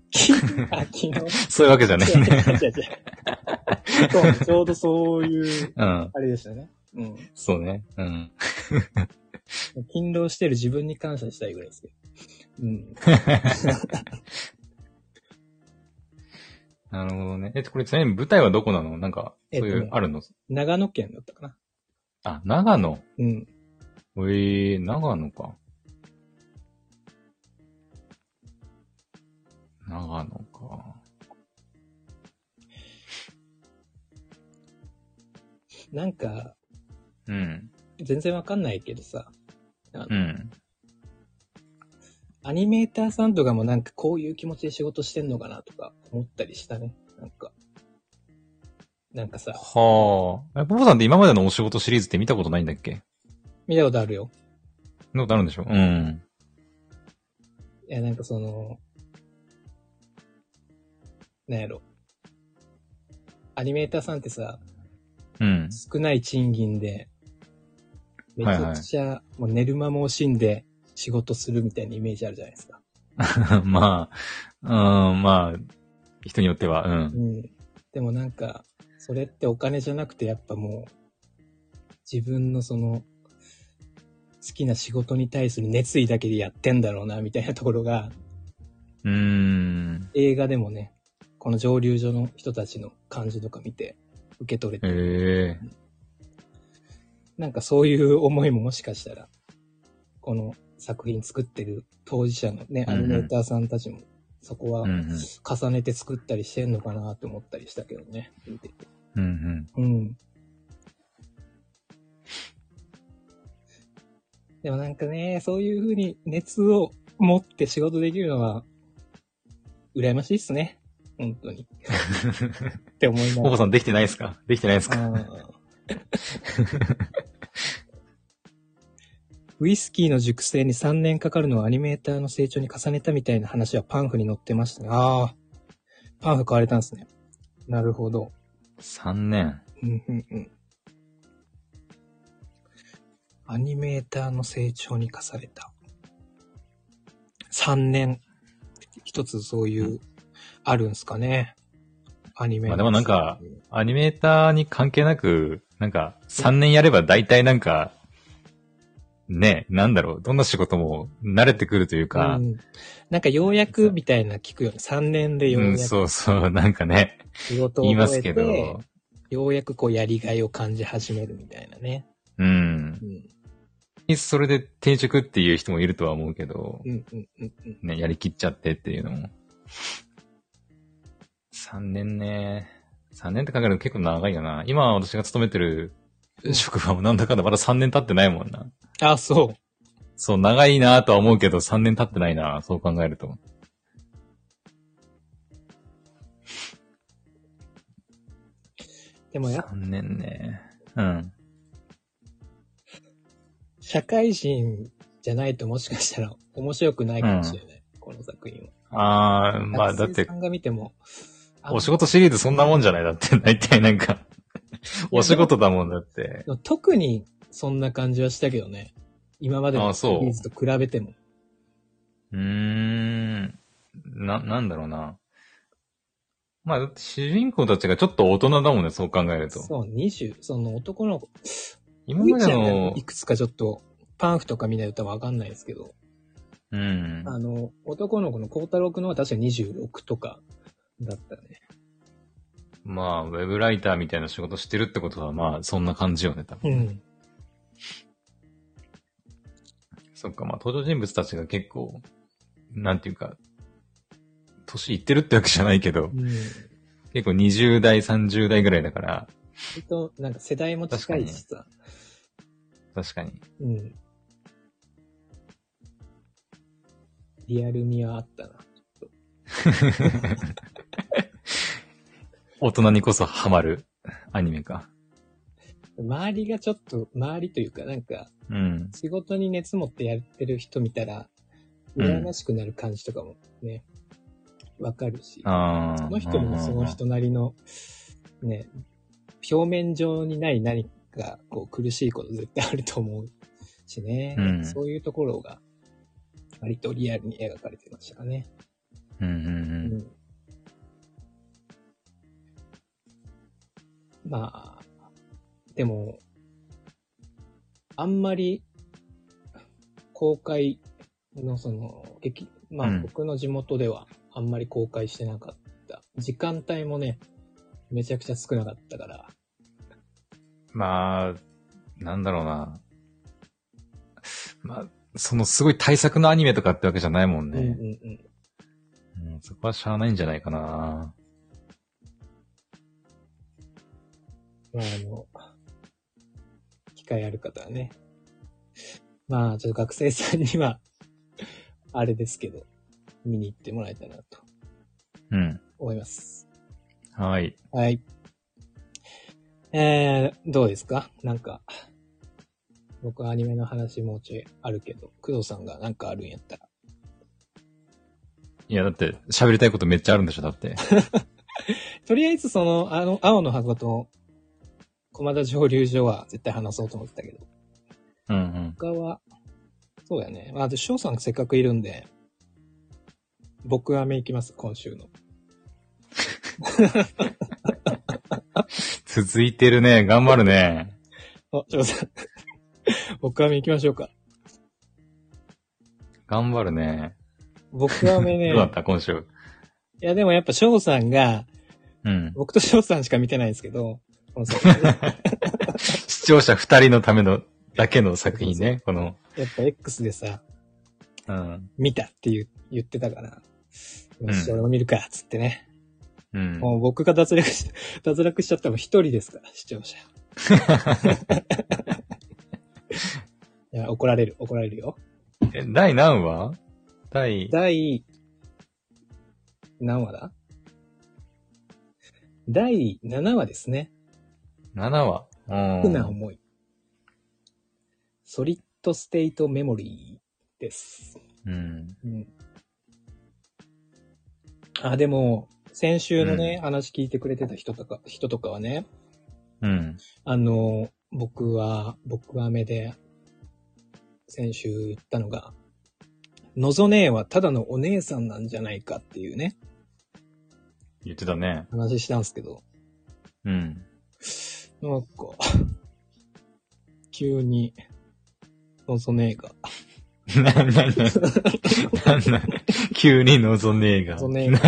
A: あ、昨日。
B: そういうわけじゃない
A: 違う違う
B: ね。
A: 違う違うそうちょうどそういう、
B: うん。
A: あれでしたね。うん。
B: そうね。うん。
A: 勤労してる自分に感謝したいぐらいですけど。う
B: [laughs]
A: ん。
B: なるほどね。え、これちなみに舞台はどこなのなんか、そう
A: え
B: い
A: っと
B: う
A: ね、
B: あるの
A: 長野県だったかな。
B: あ、長野。
A: うん。
B: ええ長野か。長野か。
A: なんか、
B: うん。
A: 全然わかんないけどさ、あの
B: うん。
A: アニメーターさんとかもなんかこういう気持ちで仕事してんのかなとか思ったりしたね。なんか。なんかさ、
B: はあ。え、ポポさんって今までのお仕事シリーズって見たことないんだっけ
A: 見たことあるよ。
B: そんなことあるんでしょうん。
A: いや、なんかその、なんやろ。アニメーターさんってさ、
B: うん。
A: 少ない賃金で、めちゃくちゃ、もう寝る間も惜しんで仕事するみたいなイメージあるじゃないですか。
B: [laughs] まあ、うん、まあ、人によっては、うん。
A: うん。でもなんか、それってお金じゃなくてやっぱもう、自分のその、好きな仕事に対する熱意だけでやってんだろうな、みたいなところが、
B: うーん。
A: 映画でもね、この蒸留所の人たちの感じとか見て、受け取れて、
B: ええ
A: なんかそういう思いももしかしたら、この作品作ってる当事者のね、
B: う
A: ア
B: んうん
A: ニメーターさんたちも、そこは
B: うんうん。
A: 重ねて作ったりしてんのかなって思ったりしたけどね、見てて。
B: うんうん。
A: うん。でもなんかね、そういう風に熱を持って仕事できるのは、羨ましいっすね。本当
B: [laughs]
A: に。って思いな
B: ポ
A: がら
B: ポさんできてないですかできてないですか
A: ウイスキーの熟成に3年かかるのをアニメーターの成長に重ねたみたいな話はパンフに載ってましたね。ああ、パンフ買われたんですね。なるほど。
B: ?3 年。
A: うんうんうん。アニメーターの成長に課された。3年。一つそういう、あるんすかね。アニメーター。
B: まあでもなんか、アニメーターに関係なく、なんか、3年やれば大体なんか、ねえ、なんだろう、どんな仕事も慣れてくるというか、
A: うん、なんかようやくみたいな聞くよね。3年でよ
B: う、
A: うんやく
B: そうそう、なんかね、
A: 仕事
B: 言い
A: を
B: ま
A: 覚
B: す
A: えて、
B: けど、
A: ようやくこうやりがいを感じ始めるみたいなね。
B: うん
A: う。ん。
B: それで転職っていう人もいるとは思うけど、
A: うんうんうんうん。
B: ね、やりきっちゃってっていうのも。3年ね。3年って考えると結構長いよな。今私が勤めてる職場もなんだかんだまだ3年経ってないもんな。
A: あ、そう。
B: そう、長いなとは思うけど、3年経ってないなそう考えると。
A: でもやっぱ
B: 3年ね。うん。
A: 社会人じゃないともしかしたら面白くないかもしれない。この作品
B: あー、
A: は。
B: まあだっ
A: 学生
B: て
A: さ、んが見ても、あ
B: お仕事シリーズそんなもんじゃないだって、大体なんか、お仕事だもんだって。
A: でも特にそんな感じはしたけどね。今までの
B: あ
A: シ
B: そう
A: リーズと比べても。
B: うーん。な、なんだろうな。まあ、だって主人公たちがちょっと大人だもんね、そう考えると。
A: そう、20、その男の子、
B: 今まで
A: ゆいちゃんが
B: の
A: い、くつかちょっとパンフとかみんな言ったらわかんないですけど、
B: うん。
A: あの、男の子の孝太郎くんのは確か26とかだったね。
B: まあ、ウェブライターみたいな仕事してるってことは、まあ、そんな感じよね、多分。
A: ん。
B: そっか、まあ、登場人物たちが結構、なんていうか、年いってるってわけじゃないけど、
A: うん。
B: 結構20代、30代ぐらいだから、
A: 割と、なんか世代も近いしさ。
B: 確かに。 [laughs]
A: うん。リアル味はあったな。
B: 大人にこそハマるアニメか。
A: 周りがちょっと、周りというか、なんか、
B: うん。
A: 仕事に熱持ってやってる人見たら、
B: うん
A: 羨ましくなる感じとかもね、わかるし。
B: ああ。
A: その人もその人なりの、ね、表面上にない何か、こう、苦しいこと絶対あると思うしね。
B: うん
A: そういうところが、割とリアルに描かれてましたね。
B: うんうん
A: う
B: うん。
A: ん。まあ、でも、あんまり、公開のその、劇、ま
B: う
A: あ
B: ん
A: 僕の地元ではあんまり公開してなかった。時間帯もね、めちゃくちゃ少なかったから。
B: まあ、なんだろうな。まあ、そのすごい対策のアニメとかってわけじゃないもん
A: うん
B: ね。
A: うんうん。
B: うん、そこはしゃあないんじゃないかな。
A: まああの、機会ある方はね。まあちょっと学生さんには、あれですけど、見に行ってもらえたらなと
B: うん。
A: 思います。
B: はい。
A: はい。えー、どうですかなんか、僕はアニメの話もうちょいあるけど、工藤さんがなんかあるんやったら。
B: いや、だって、喋りたいことめっちゃあるんでしょ、だって。
A: とりあえずその、あの、青の箱と、駒田蒸留所は絶対話そうと思ってたけど、
B: うんうん。
A: 他は、そうやね。まあ、で、翔さんせっかくいるんで、僕はめ行きます、今週の。
B: 続いてるね。頑張るね。
A: あ、翔さん。 [laughs] 僕はめ行きましょうか。
B: 頑張るね。
A: 僕はめね
B: [laughs] どうだった今週。
A: いや、でもやっぱ翔さんが、
B: うん。
A: 僕と翔さんしか見てないんですけど、この作品
B: [laughs]
A: ね
B: 視聴者二人のための、だけの作品ね。この、
A: やっぱ X でさ、
B: うん。
A: 見たって言う言ってたから、
B: ん
A: よし、俺も見るか、っつってね。
B: うん。
A: もう僕が脱落し、 [laughs] 脱落しちゃったの一人ですから、視聴
B: [laughs]
A: 者。 [laughs] いや、怒られる、怒られるよ。
B: え第何話第、
A: 第、何話だ第7話ですね。
B: 7話。う。
A: 苦なん思い。ソリッドステートメモリーです。
B: うん。
A: うんあ、でも、先週のね、
B: う
A: 話聞いてくれてた人とか、人とかはね、
B: うん。
A: あの、僕は、僕は目で、先週言ったのが、のぞ姉はただのお姉さんなんじゃないかっていうね、
B: 言ってたね。
A: 話したんですけど、
B: [laughs] うん。
A: なんか、急に、のぞ姉が、
B: な、な、な、な、 [laughs] な、急に望ねえが。
A: 望ねえが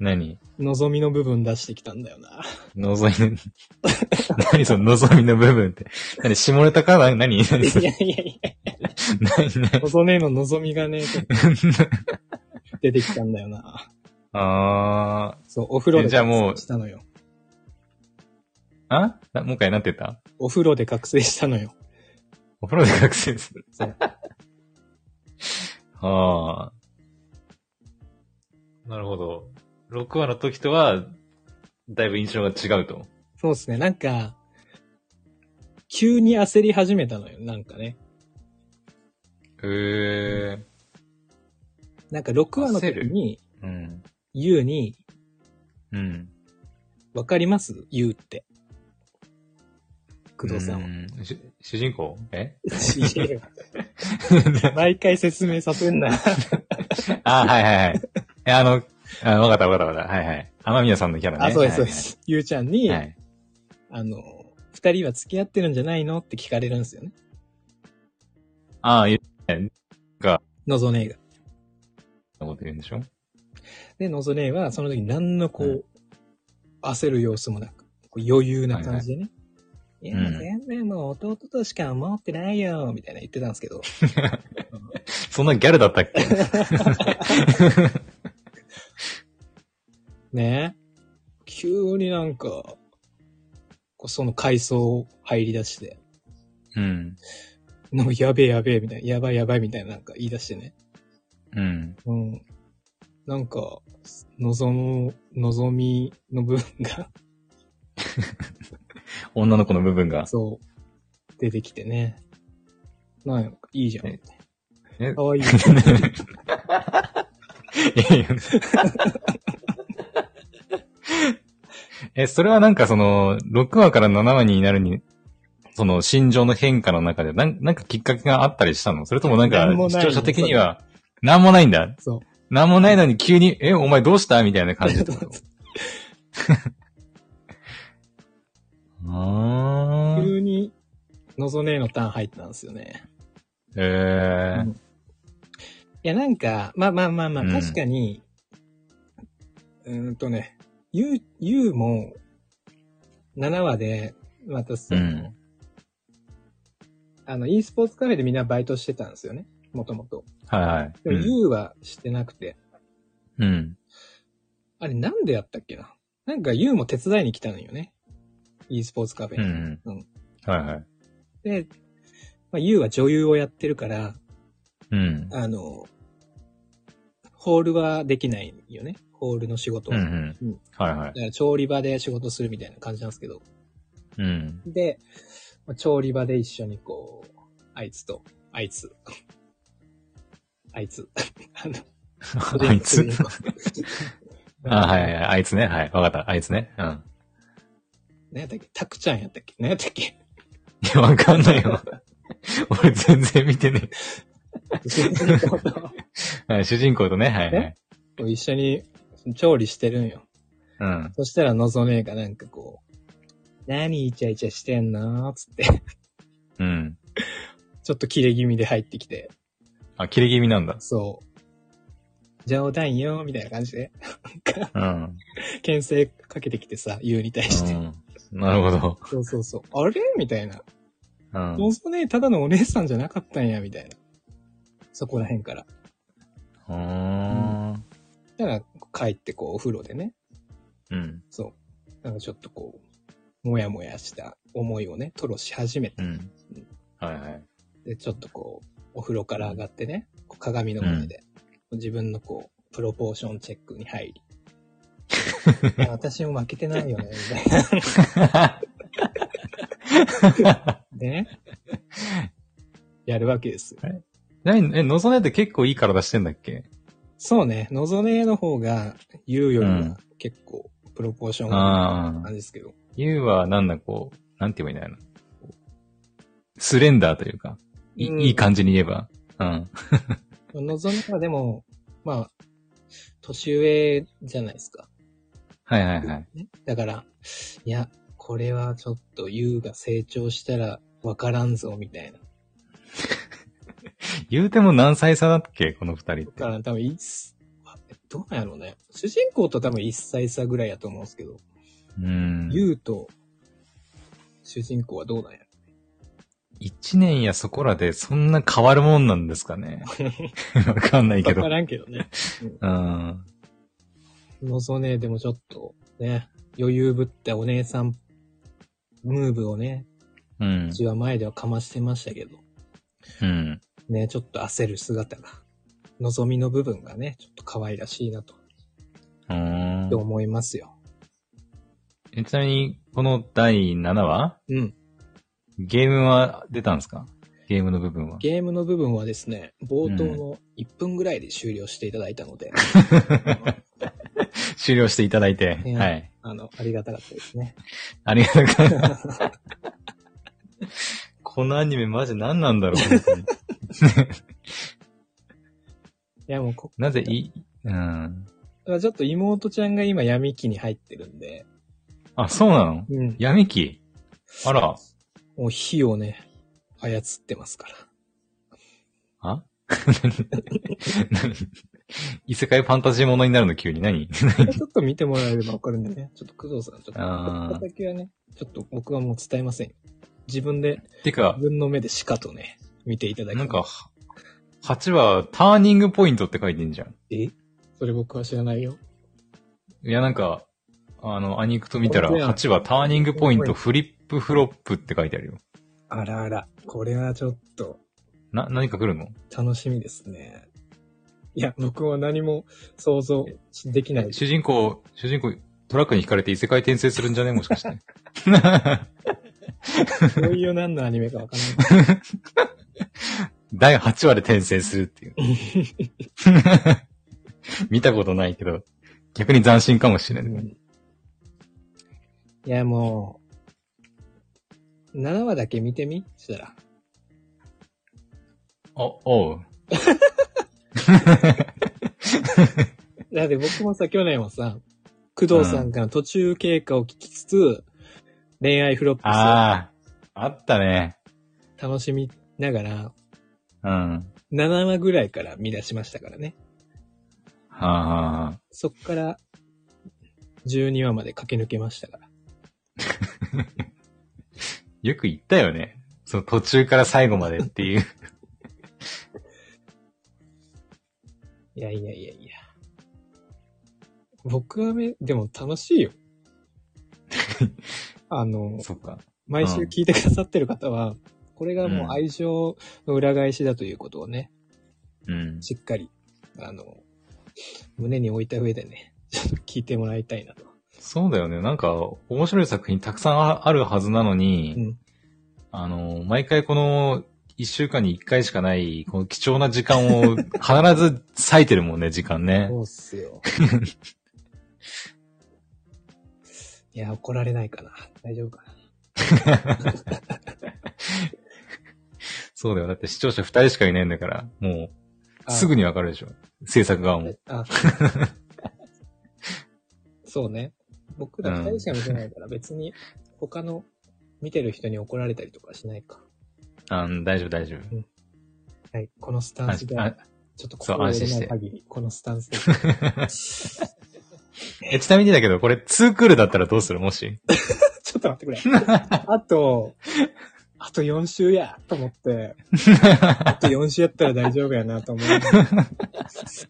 B: 何
A: 望みの部分出してきたんだよな。
B: 望み、 [laughs] 何その望みの部分って。何下ネタかな何何
A: いやいやいや、
B: 何
A: のぞ姉の望み
B: [laughs]
A: がね、ちょっと出てきたんだよな。
B: あ
A: そう、お風呂で
B: えじゃあもう
A: 覚醒したのよ。
B: ー。あなもう一回なってた
A: お風呂で覚醒したのよ。
B: お風呂で覚醒する [laughs]
A: そう。
B: ああ。なるほど。6話の時とは、だいぶ印象が違うと。
A: そうですね、なんか、急に焦り始めたのよ、なんかね。
B: へえ。
A: なんか6話の時に、
B: うん。
A: ユウに、
B: うん。
A: わかりますユウって。工藤さんは。
B: ん。し主人公え
A: いや [laughs] 毎回説明させんな。
B: あはいはいはい。え、あの、あわかったわかったわかった。はいはい。天宮さんのキャラね。
A: あ、そうです、そう
B: はい
A: です。ユウちゃんに、
B: はい。はい
A: あの、二人は付き合ってるんじゃないのって聞かれるんですよね。
B: ああ、言
A: のぞねえが。
B: ったこと言うんでしょ
A: で、のぞねえは、その時何のこう、焦る様子もなく、こう余裕な感じでね。い
B: はい
A: や、全然もう弟としか思ってないよ、みたいな言ってたんですけど、
B: そんなギャルだったっけ
A: ね急になんか、こうその階層入り出して、
B: うん。
A: なんかやべえやべえみたいな、やばいやばいみたいななんか言い出してね。
B: うん。
A: うん。なんか、望む、望みの部分が、
B: 女の子の部 [laughs] 分が。
A: そう、出てきてね。なんやいいじゃん。
B: ええ
A: か
B: [laughs]
A: わいい。
B: え、それはなんかその、6話から7話になるに、その心情の変化の中で、なんなんかきっかけがあったりしたのそれともなんか
A: なんも、ない
B: 視聴者的には、なんもないんだ。
A: そう。
B: なんもないのに急に、え、お前どうしたみたいな感じだったの [laughs] あー。
A: 急に、のぞねえのターン入ったんですよね。
B: え
A: う
B: ー
A: ん。いや、なんか、まあまあまあまあ、
B: うん
A: 確かに、うーんとね、ゆう、ゆうも、7話で、またその、
B: うん
A: あの、e スポーツカフェでみんなバイトしてたんですよね。もともと。
B: はいはい。
A: でも、
B: うん
A: ゆうはしてなくて。
B: うん。
A: あれ、なんでやったっけななんか、ゆうも手伝いに来たのよね。e スポーツカフェ
B: う
A: に。
B: ん。
A: う
B: うんん。はいはい。
A: で、まあ、ゆうは女優をやってるから、
B: うん。
A: あの、ホールはできないよね。ホールの仕事
B: う
A: は。
B: んう
A: だか
B: ん。はいはい。
A: ら調理場で仕事するみたいな感じなんですけど。
B: うん。
A: で、まあ調理場で一緒にこう、あいつと、あいつ、 [laughs] あいつ、 [laughs] あの、
B: [laughs] あ
A: [laughs]
B: いつあ、はいはい
A: い。
B: はい。あいつね。はい。わかった。あいつね。うん。
A: 何やったっけタクちゃんやったっけ何やったっけ
B: いや、わかんないよ。 [laughs] 俺全然見てねえ。はい、主人公とね、はいはい。
A: 一緒に調理してるんよ。
B: うん。
A: そしたらのぞねえがなんかこう、何イチャイチャしてんのつって、
B: うん。
A: ちょっと切れ気味で入ってきて、
B: あ、切れ気味なんだ。
A: そう。冗談よ、みたいな感じで、
B: うん。
A: 牽制かけてきてさ、言うに対して。
B: うん、なるほど。
A: そうそうそう。あれみたいな。
B: うん。
A: もうそね、ただのお姉さんじゃなかったんや、みたいな。そこら辺から。
B: うーん。
A: だから、帰ってこう、お風呂でね。
B: うん。
A: そう。なんかちょっとこう、もやもやした思いをね、吐露し始めて。
B: うん。はいはい。
A: で、ちょっとこう、お風呂から上がってね、こう鏡の前で、自分のこう、プロポーションチェックに入り。
B: [laughs]
A: いや私も負けてないよね、みたいな。
B: [laughs]
A: でね、やるわけですよ。
B: なに、え、のぞねって結構いい体してんだっけ
A: そうね、のぞねの方が、言うより
B: う
A: は
B: ん
A: 結構、プロポーションが
B: あ
A: な
B: あ。
A: んですけど、
B: ゆうは、なんだ、こう、なんて言えばいいんだろうな。スレンダーというか、い,、
A: うん
B: いい感じに言えば。うん。
A: のぞねはでも、まあ、年上じゃないですか。
B: はいはいはい。
A: ねだから、いや、これはちょっと優が成長したらわからんぞ、みたいな。
B: 言うても何歳差だっけこの二人っ
A: だか
B: て。
A: ら多分一歳、どうなんやろうね。主人公と多分1歳差ぐらいやと思うんですけど、
B: うん。
A: 優、と主人公はどうなんやろ
B: 一年やそこらでそんな変わるもんなんですかね。 [laughs] わかんないけ
A: わ
B: ど。
A: か
B: う
A: らんけどね。
B: ん。
A: のぞね、でもちょっとね、余裕ぶったお姉さんムーブをね、
B: うん
A: う。ちは前ではかましてましたけど、
B: うん。
A: ね、ちょっと焦る姿が、望みの部分がね、ちょっと可愛らしいなと、
B: うん
A: って思いますよ。
B: えちなみに、この第7話
A: うん。
B: ゲームは出たんですかゲームの部分は。
A: ゲームの部分はですね、冒頭の1分ぐらいで終了していただいたの
B: [laughs]
A: で、
B: 終了していただいて。
A: うん
B: はい。
A: あの、ありがたかったですね。
B: ありがとうございます。 [laughs] このアニメマジ何なんだろ [laughs] う本当に
A: [laughs] いや、もうこ、
B: なぜい、うん。
A: ちょっと妹ちゃんが今闇期に入ってるんで、
B: あ、そうなの
A: うん。
B: 闇期あら、
A: もう火をね、操ってますから。
B: あ何 [laughs] 異世界ファンタジーものになるの急に何
A: [laughs]
B: [laughs]
A: これちょっと見てもらえればわかるんでね。ちょっと工藤さん、ちょっと、
B: あー
A: ここだけはね、ちょっと僕はもう伝えませんよ。自分で、
B: てか
A: 自、分の目でしかとね、見ていただき
B: なんか、8はターニングポイントって書いてんじゃん。
A: えそれ僕は知らないよ。
B: いや、なんか、あの、アニクト見たら、
A: 本当や
B: 8はターニングポイント、フリップフロップって書いてあるよ。
A: あらあら、これはちょっと
B: な、何か来るの
A: 楽しみですね。いや、僕は何も想像できない。
B: 主人公、主人公、トラックに引かれて異世界転生するんじゃねもしかして。 [laughs]
A: どういう何のアニメかわからない。
B: 第8話で転生するっていう。 [laughs] 見たことないけど、逆に斬新かもしれない。
A: いや、もう、7話だけ見てみしたら。
B: お、おう。
A: だって僕もさ、去 [laughs] 年はさ、工藤さんから途中経過を聞きつつ、恋愛フロップス
B: ああ、あったね。
A: を楽しみながら、
B: うん。
A: 7話ぐらいから見出しましたからね。
B: はあ、はあはあ、
A: そっから、12話まで駆け抜けましたから。
B: よく言ったよね。その途中から最後までって
A: [laughs]
B: いう。
A: いやいやいやいや。僕はね、でも楽しい
B: [laughs]
A: よ。あの、
B: そっか。
A: 毎週聞いてくださってる方は、これがもう愛情の裏返しだということをね、
B: うん。
A: しっかり、あの、胸に置いた上でね、ちょっと聞いてもらいたいなと。
B: そうだよね。なんか、面白い作品たくさんああるはずなのに、
A: うん
B: あの、毎回この、一週間に一回しかない、この貴重な時間を必ず割いてるもんね、時間
A: [laughs]
B: ね。
A: そうっすよ。いや、怒られないかな。大丈夫かな。
B: そうだよ。だって視聴者二人しかいないんだから、もう、
A: あ
B: すぐにわかるでしょ。制作側も。
A: [laughs] あ、そうね。僕ら二人しか見てないから別に他の見てる人に怒られたりとかしないか。
B: あの大丈夫、大丈夫。
A: はい。このスタンス
B: 安
A: で
B: 心、あ
A: ちょっと
B: そう
A: 心折れ
B: 安心
A: な
B: し
A: い
B: て
A: 限り、このスタンスで。
B: [laughs] えちなみにだけど、これ2クールだったらどうするもし。
A: ちょっと待ってくれ。あと、あと4週やと思って、あと4週やったら大丈夫やなと思う。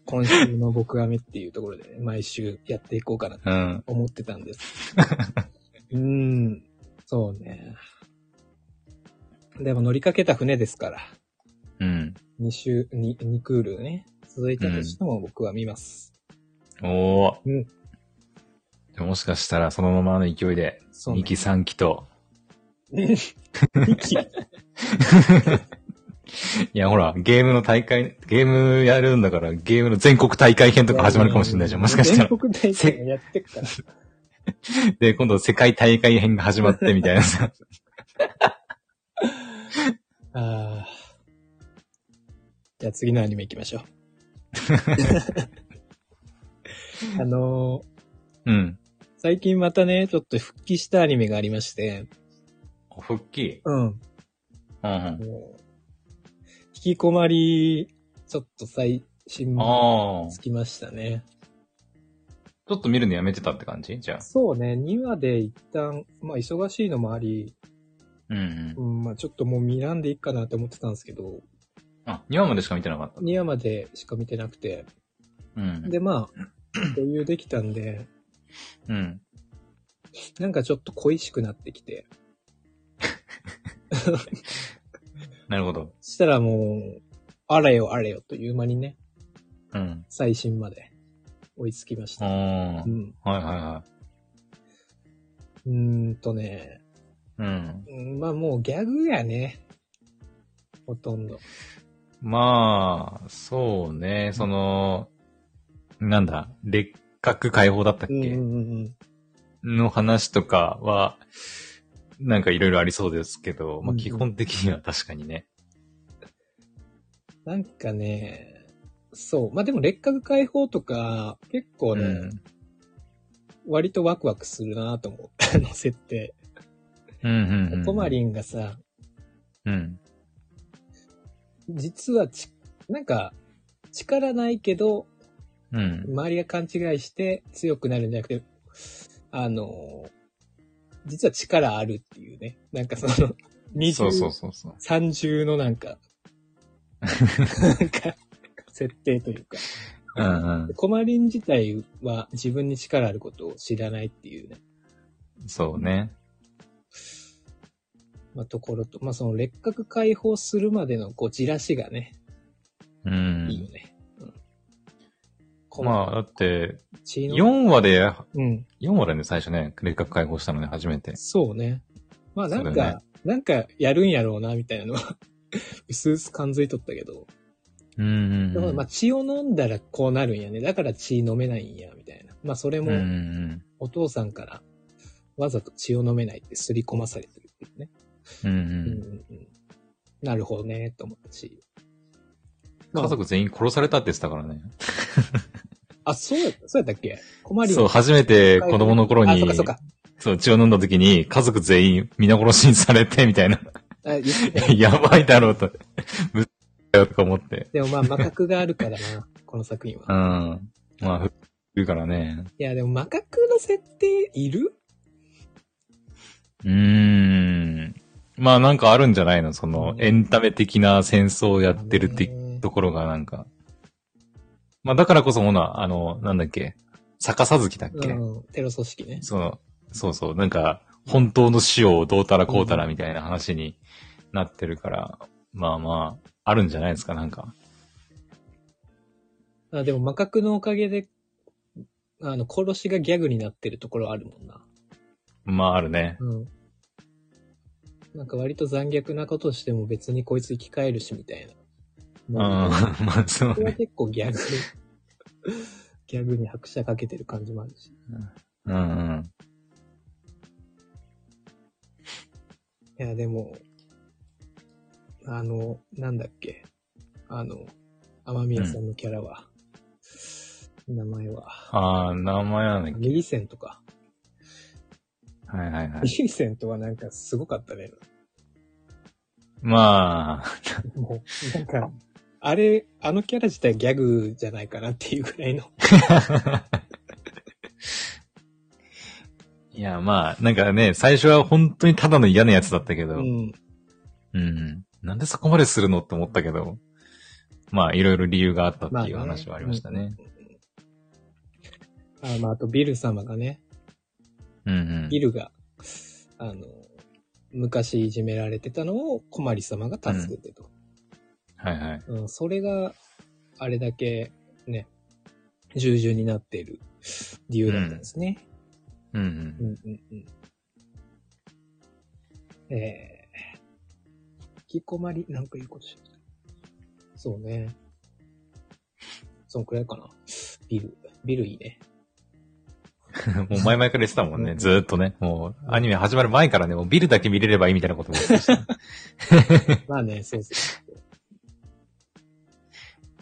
A: 今週の僕がめっていうところで、毎週やっていこうかなと
B: うん。
A: 思ってたんです。うーん、そうね。でも乗りかけた船ですから、
B: うん。
A: 2週、2, 2クールね、続いたとしても僕は見ます。
B: おー。
A: うん
B: でもしかしたら、そのままの勢いで、
A: そうね
B: 2期3期と、
A: 2期
B: いや、ほら、ゲームの大会、ゲームやるんだから、ゲームの全国大会編とか始まるかもしれないじゃん。もしかしたら
A: 全。国大会やってっから。
B: [laughs] で、今度世界大会編が始まってみたい
A: [laughs]
B: なさ。
A: ああ。じゃあ次のアニメ行きまし
B: [laughs]
A: ょう。あのー
B: うん。
A: 最近またね、ちょっと復帰したアニメがありまして、
B: 復帰。
A: うん。
B: うんうん。
A: もう引きこまり、ちょっと最新
B: ああ
A: も
B: ー。
A: つきましたね。
B: ちょっと見るのやめてたって感じじゃあ。
A: そうね、2話で一旦、まあ忙しいのもあり、
B: うんうん
A: う。ん、まあちょっともう見らんでいいかなと思ってたんですけど、
B: あ、2話までしか見てなかった。
A: 2話までしか見てなくて、
B: うん。
A: でまあ、余裕できたんで、
B: うん。
A: なんかちょっと恋しくなってきて、
B: なるほど。
A: したらもう、あれよあれよという間にね、
B: うん。
A: 最新まで追いつきまし
B: あ
A: た。
B: あ
A: う。ん。
B: はいはいは
A: うーんとね、
B: い。うん。
A: うんまあもうギャグやね。ほとんど。
B: まあ、そうね、その、なんだ、劣核解放だったっ
A: う
B: け、
A: んうんうん
B: の話とかは、なんかいろいろありそうですけど、
A: う
B: まあ
A: ん
B: 基本的には確かにね。
A: うん。なんかね、そう。まあでも劣化解放とか、結構ね、
B: うん
A: [laughs] 割とワクワクするなと思う。あの設定。
B: うんうん。
A: コマ
B: ン。
A: リンがさ、
B: うん。
A: 実はち、なんか、力ないけど、
B: うん。
A: 周りが勘違いして強くなるんじゃなくて、あの、実は力あるっていうね。なんかその、二
B: そうそ
A: 重
B: う、そうそう。
A: 三重のなん
B: [laughs]
A: か、なんか、設定というか。
B: うんう
A: コマリン自体は自分に力あることを知らないっていうね、
B: ん。そうね。
A: まあ、ところと、まあ、その劣核解放するまでのこう、じらしがね、
B: う
A: いいよ
B: ん。
A: ね。うん。
B: まあ、だって、
A: あ、血の。
B: 4話で、
A: うん。
B: 4話だね、最初ね、劣化解放したのね、初めて。
A: そうね。まあ、なん
B: そうだよ
A: か、なんかやるんやろうな、みたいなのは、 [laughs] うすうす感づいとったけど。
B: うん
A: で
B: うん
A: も
B: うん。
A: まあ、血を飲んだらこうなるんやね。だから血飲めないんや、みたいな。まあ、それ
B: うんう
A: も、
B: ん
A: お父さんから、わざと血を飲めないってすり込まされてるっていうね。
B: うん。うん
A: うん
B: う
A: う
B: ん
A: んうん。なるほどね、と思ったし。まあ
B: 家族全員殺されたって言ってたからね。
A: あ、そうやった、そうやったっけ困り
B: そう、初めて子供の頃
A: あ、
B: に
A: そっ、かそっか。
B: そう、血を飲んだ時に家族全員皆殺しにされてみた
A: [laughs]
B: いな。
A: あ言ってた
B: やばいだろうと。ぶっだよとか思って。
A: でもまあ、魔覚があるからな、この作品は。
B: うん。まあ、ふ言うからね。
A: いや、でも魔覚の設定いる
B: うーん。まあなんかあるんじゃないのその、エンタメ的な戦争をやってるってところがなんか。まあだからこそほな、あの、なんだっけ。逆さ月だっけ、
A: うん、テロ組織ね。
B: その、そうそう、なんか、本当の死をどうたらこうたらみたいな話になってるから、まあまあ、あるんじゃないですか、なんか。
A: あでも魔覚のおかげで、あの、殺しがギャグになってるところあるもんな。
B: まああるね。
A: うん。なんか割と残虐なことしても別にこいつ生き返るしみたい
B: うん、
A: な。
B: まあそう
A: これは
B: ね。
A: 結構ギャ
B: [laughs]
A: グ、ギャグに拍車かけてる感じもあるし。
B: うんうん。
A: いや、でも、あの、なんだっけ。あの、天宮さんのキャラは、名前は、
B: ああ、名前なんだっ
A: ミリセントか。
B: け。はいはいは
A: ミ
B: い。
A: リセントはなんかすごかったね。
B: まあ、
A: もう、なんか、あれ、あのキャラ自体ギャグじゃないかなっていうぐらいの。
B: いやまあ、なんかね、最初は本当にただの嫌なやつだったけど、
A: う
B: うん、
A: ん。
B: なんでそこまでするのって思ったけど、まあいろいろ理由があった
A: ま
B: っていう話はありましたね。。
A: うんあまあ、あとビル様がね、
B: うんうん。
A: ビルが、あの、昔いじめられてたのを小まり様が助けてと。
B: はいはい。
A: うん、それがあれだけね、従順になっている理由だったんですね。
B: うん
A: う
B: うんん。
A: うんうん。えー、引きこまり、なんかいいことしようそうね。そのくらいかな。ビル、ビルいいね。
B: [laughs] もう前々から言ってたもん
A: う
B: ね。
A: ん
B: ずーっとね。もう、アニメ始まる前からね、もうビルだけ見れればいいみたいなことも言
A: [laughs]
B: ってました。
A: まあね、そうそう。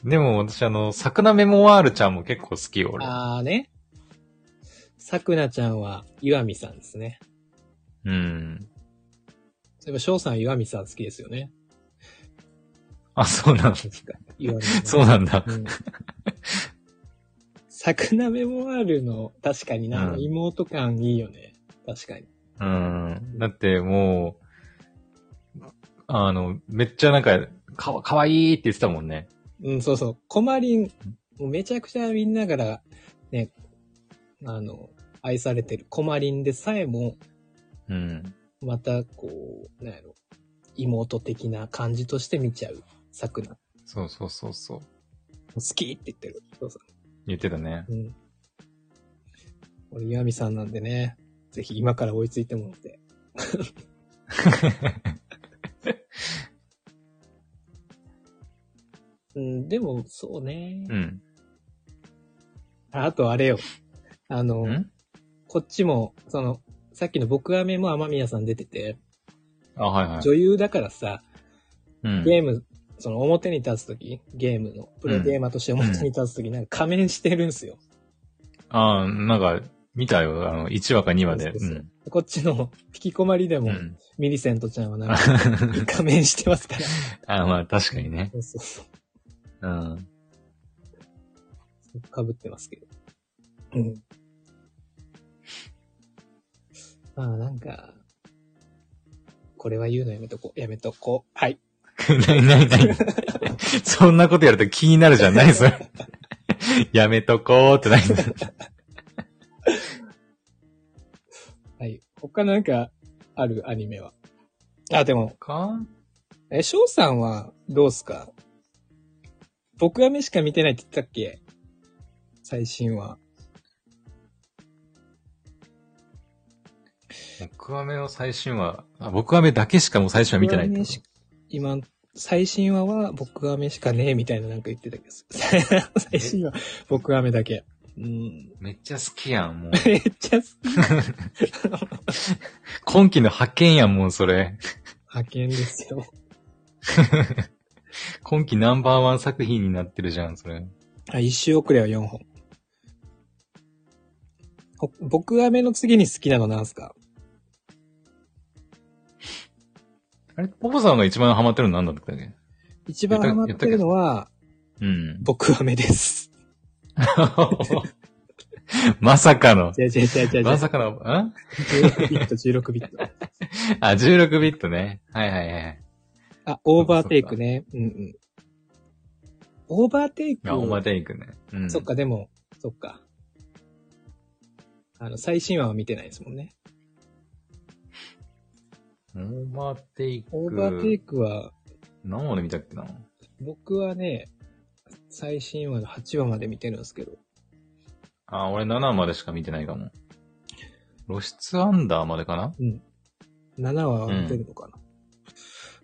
B: でも私あの、桜メモワールちゃんも結構好きよ、俺。
A: あーね。さくなちゃんは、岩見さんですね。
B: うん。
A: そういえば、翔さん岩見さん好きですよ
B: [laughs]
A: ね。
B: あ、そうなんだ。
A: 確か。岩見さん。
B: そうなんだ。
A: うん。 [laughs] サクナメモワールの、確かにな、
B: うん
A: 妹感いいよね。確かに。
B: うん。だってもう、あの、めっちゃなんか、かわかわいいって言ってたもんね。
A: うん、そうそう。コマリン、もうめちゃくちゃみんなから、ね、あの、愛されてるコマリンでさえも、
B: うん。
A: また、こう、なんやろ、妹的な感じとして見ちゃう。サクナ。も
B: そうそうそうそう。
A: う好きって言ってる。そうそ
B: 言ってたね。
A: う。うん。俺、岩見さんなんでね、ぜひ今から追いついてもらっ
B: [laughs]
A: て。うん、でも、そうね。
B: うん。
A: ああと、あれよ。あの、
B: ん
A: こっちも、その、さっきの僕アメも天宮さん出てて、
B: あ、はいはい。
A: 女優だからさ、
B: うん。
A: ゲーム、その表に立つとき、ゲームの、プロゲーマーとして表に立つとき、なんか仮面してるんすよ。
B: ああ、なんか、見たよ。あの、1話か2話で。
A: そうそうそう
B: うん
A: こっちの引きこまりで
B: う
A: も、
B: ん。
A: ミリセントちゃんは
B: [laughs]
A: なんか、仮面してますから。
B: あまあ確かにね。
A: そうそうそう。
B: うん。
A: かぶってますけど。うん。まあなんか、これは言うのやめとこう。やめとこう。はい。
B: [laughs] なになになにそんなことやると気になるじゃん。何そ
A: [laughs]
B: れ。やめとこうってなに
A: はい。他なんか、あるアニメは。あ、でも、
B: か
A: え、翔さんはどうすか僕アメしか見てないって言ってたっけ最新は。
B: 僕アメの最新話、あ、僕アメだけしかもう最初は見てないって
A: 僕ア
B: こ
A: メ
B: と
A: し。今、最新話は僕アメしかねえみたいななんか言ってたけど。 [laughs] 最新話、僕アメだけ。うん。
B: めっちゃ好きやん、もう。
A: めっちゃ好き
B: 今期の派遣やん、もうそれ。
A: 派遣ですよ。
B: 今期ナンバーワン作品になってるじゃん、それ。
A: あ、一周遅れは4本。ほ僕アメの次に好きなのなんすか
B: あれ、ポポさんが一番ハマってるの何だったっけ
A: 一番ハマってるのは、
B: うん。
A: 僕アメです。
B: まさかの。
A: 違う違う違う違う違う。
B: まさかの、ん
A: 16ビット、16ビット。
B: あ、16ビットね。はいはいはい。
A: あ、オーバーテイクね。うんうん。オーバーテイク。
B: あ、オマテイクね。うん。
A: そっ。か、でも、そっか。あの、最新話は見てないですもんね。
B: オーバーテイク。
A: オーバーテイクは、
B: 何まで見たっけな
A: 僕はね、最新話の8話まで見てるんですけど。
B: あ、俺7までしか見てないかも。露出アンダーまでかな
A: 7話は見てるのか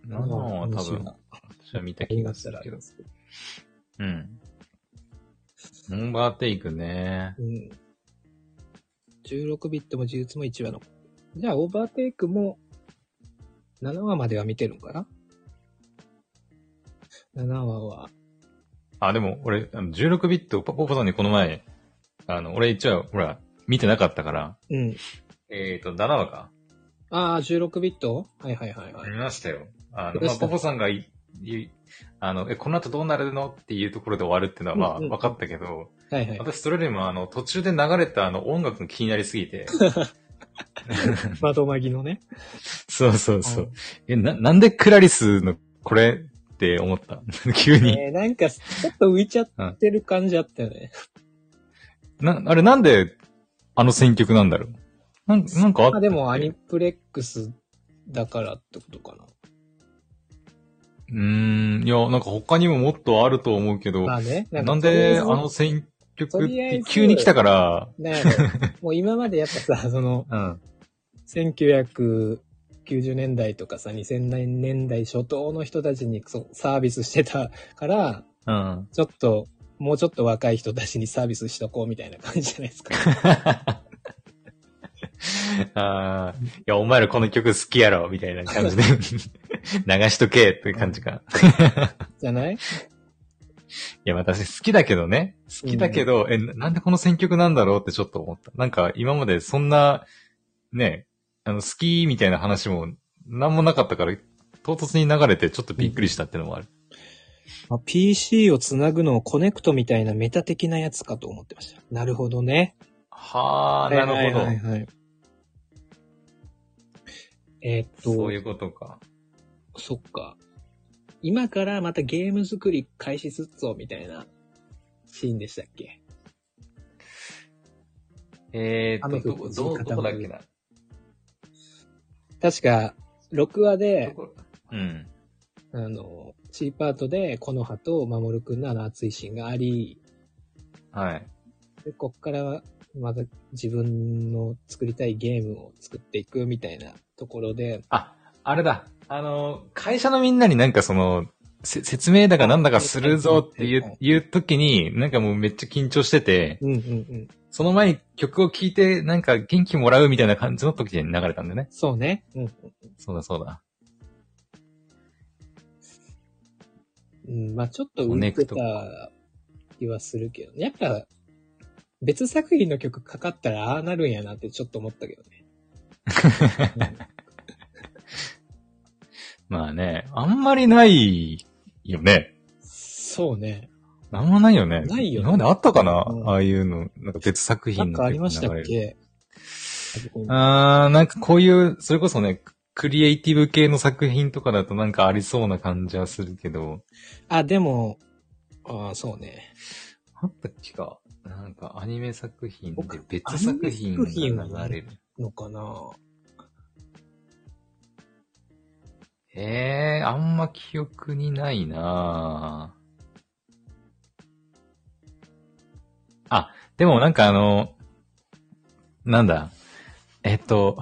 A: な、
B: ?7 は多
A: 面白い
B: 分、
A: な
B: 私は見た
A: 気
B: 気
A: が
B: が
A: し
B: す
A: た
B: る
A: らあ
B: け
A: れ
B: ど
A: で。すけど。
B: うん。オーバーテイクね。
A: うん。16ビットも呪術も1話の。じゃあ、オーバーテイクも、7話までは見てるんかな ?7 話は、
B: あ、でも俺、あの16ビット、ポポポさんにこの前、あの、俺一応、ほら、見てなかったから、
A: うん。
B: えっ、ー、と、7話か。
A: ああ、16ビットはいはいはいはい。
B: 見ましたよ。あ
A: 見
B: の、
A: ま
B: まあ、
A: した
B: ポポさんがい、いあの、え、この後どうなるのっていうところで終わるっていうのは、まあ、
A: うんうん
B: 分かったけど、
A: はいはい。
B: 私それよりも、あの、途中で流れたあの、音楽が気になりすぎ [laughs] て。
A: 窓マギのね。
B: そうそうそう。え、な、なんでクラリスの、これって思った [laughs] 急
A: うん。
B: に。
A: えーなんか、ちょっと浮いちゃってる感じあったよね。
B: な、あれなんで、あの選曲なんだろうなんなんかあった
A: あ、
B: っけ
A: でもアニプレックスだからってことか
B: うーん、いや、なんか他にももっとあると思うけど、
A: な。ま
B: な
A: あね。
B: ん
A: かとりえず
B: であの選曲
A: と
B: っ
A: りあえ
B: て
A: ず
B: 急に来たから、
A: なんやろもう今までやっぱさ、その、
B: うん、
A: 1990年代とかさ、2000年代初頭の人たちにそうサービスしてたから、
B: うん。 [laughs]
A: ちょっと、もうちょっと若い人たちにサービスしとこうみたいな感じじゃないですか。
B: あーいや、お前らこの曲好きやろ、みたいな感じで、 [laughs] 流しとけっていう感じか。
A: じゃない
B: いや、私好きだけどね。好きだけど、え、ななんでこの選曲なんだろうってちょっと思った。なんか今までそんな、ね、あの、好きみたいな話もなんもなかったから、唐突に流れてちょっとびっくりしたってのもある。
A: まあ PC をつなぐのをコネクトみたいなメタ的なやつかと思ってました。なるほどね。
B: はあ、なるほ
A: はい
B: ど。
A: はいはい。えーっと、
B: そういうことか。
A: そっか。今からまたゲーム作り開始すっぞ、みたいなシーンでしたっけ
B: えー、
A: 雨
B: っと、
A: 降
B: ど
A: る
B: どどこだっけな。
A: 確か、6話で
B: ど、こうん。
A: あの、C パートで、この葉と守くんのあの熱いシーンがあり、
B: はい。
A: で、こっからは、また自分の作りたいゲームを作っていくみたいなところで、
B: あ、あれだ。あの、会社のみんなになんかその、せ説明だかなんだかするぞってい
A: は
B: う、いう時に、なんかもうめっちゃ緊張してて、
A: うんうんうん。
B: その前に曲を聴いて、なんか元気もらうみたいな感じの時に流れたんだよね。
A: そうね。うん。
B: そうだそうだ。
A: うん、まあちょっと浮いてた気はするけどね。やっぱ、別作品の曲かかったらああなるんやなってちょっと思ったけどね。
B: まあね、あんまりないよね。
A: そうね。
B: あんまないよね。
A: ないよね
B: 今まであったかな、
A: うん
B: ああいうの。なんか別作
A: な
B: 品
A: ん
B: の
A: かありました
B: 流
A: っ
B: れる
A: け
B: あー、なんかこういう、それこそね、クリエイティブ系の作品とかだとなんかありそうな感じはするけど、
A: あ、でも、ああ、そうね。
B: あったっけか。なんかアニメ作品で
A: 僕
B: 別作品
A: アニメ作品は
B: が
A: な
B: 流れる。
A: のかな
B: えー、あんま記憶にないなぁあ、でもなんかあの、なんだ、えっと、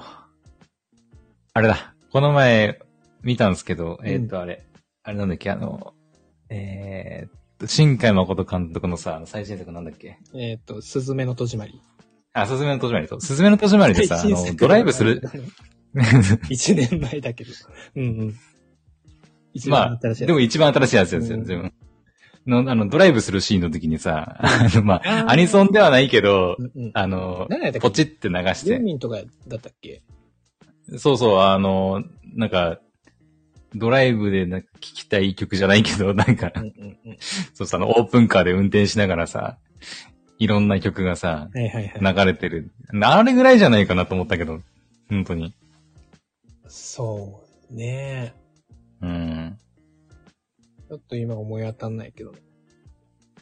B: あれだ、この前見たんですけど、えっとあれ、あれなんだっけ、あの、えーっと、新海誠監督のさ、最新作なんだっけ
A: えっ、と、すずめの戸締まり。
B: あ、すずめの戸締まりと。すずめの戸締まりでさ、あ
A: [laughs] 最新
B: の、
A: 作
B: ドライブする。。
A: 一年前だけど。うんうん。一
B: ま
A: 番
B: あ、
A: 新しいやつ
B: でも一番新しいやつですよ、
A: うん
B: 自分。の、あの、ドライブするシーンの時にさ、 [laughs] あの、ま
A: あー
B: あ、アニソンではないけど
A: う、んうん、
B: あの、
A: 何やった
B: ポ
A: っ
B: チ
A: け
B: って流し
A: ユー
B: て、
A: ミンとかだったっけ
B: そうそう、あの、なんか、ドライブでなんか聞きたい曲じゃないけど、なんか
A: う、んうんうん。
B: そうさ、あの、オープンカーで運転しながらさ、いろんな曲がさ、
A: はいはいはい。
B: 流れてる。あれぐらいじゃないかなと思ったけど、本当に。
A: そうね。
B: うん。
A: ちょっと今思い当たんないけど。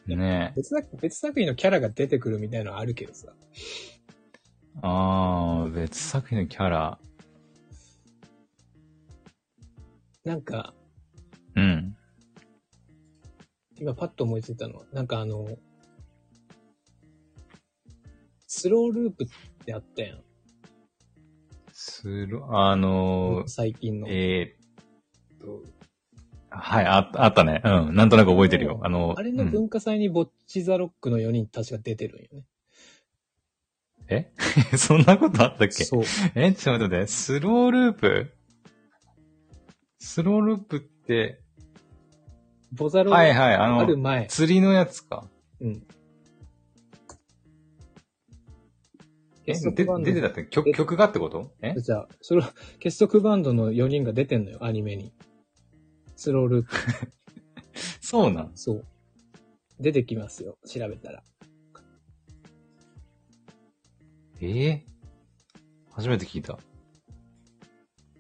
B: ねえ。
A: 別だ別作品のキャラが出てくるみたいなのはあるけどさ。
B: ああ、別作品のキャラ。
A: なんか、
B: うん。
A: 今パッと思いついたのは、なんかあの、スローループってあったやん。
B: する、あのー、
A: 最近の。
B: えーっと、はい、ああったね。うん、なんとなく覚えてるよ。
A: もう
B: あの、
A: あれの
B: うん
A: 文化祭にボッチザロックの4人たちが出てるんよね。
B: えそん [laughs] なことあったっけ
A: そう。
B: え、ちょっと待って、スローループスローループって、
A: ボザロ
B: はい
A: が
B: はい、あ
A: ある
B: の、
A: 前。
B: 釣りのやつか。
A: うん。
B: え、
A: 結束
B: で
A: バンド
B: 出てたって曲、
A: え
B: 曲がってことえ
A: じゃあ、それは結束バンドの4人が出てんのよ、アニメに。スローループ。
B: そうなん。
A: そう。出てきますよ、調べたら。
B: えー初めて聞いた。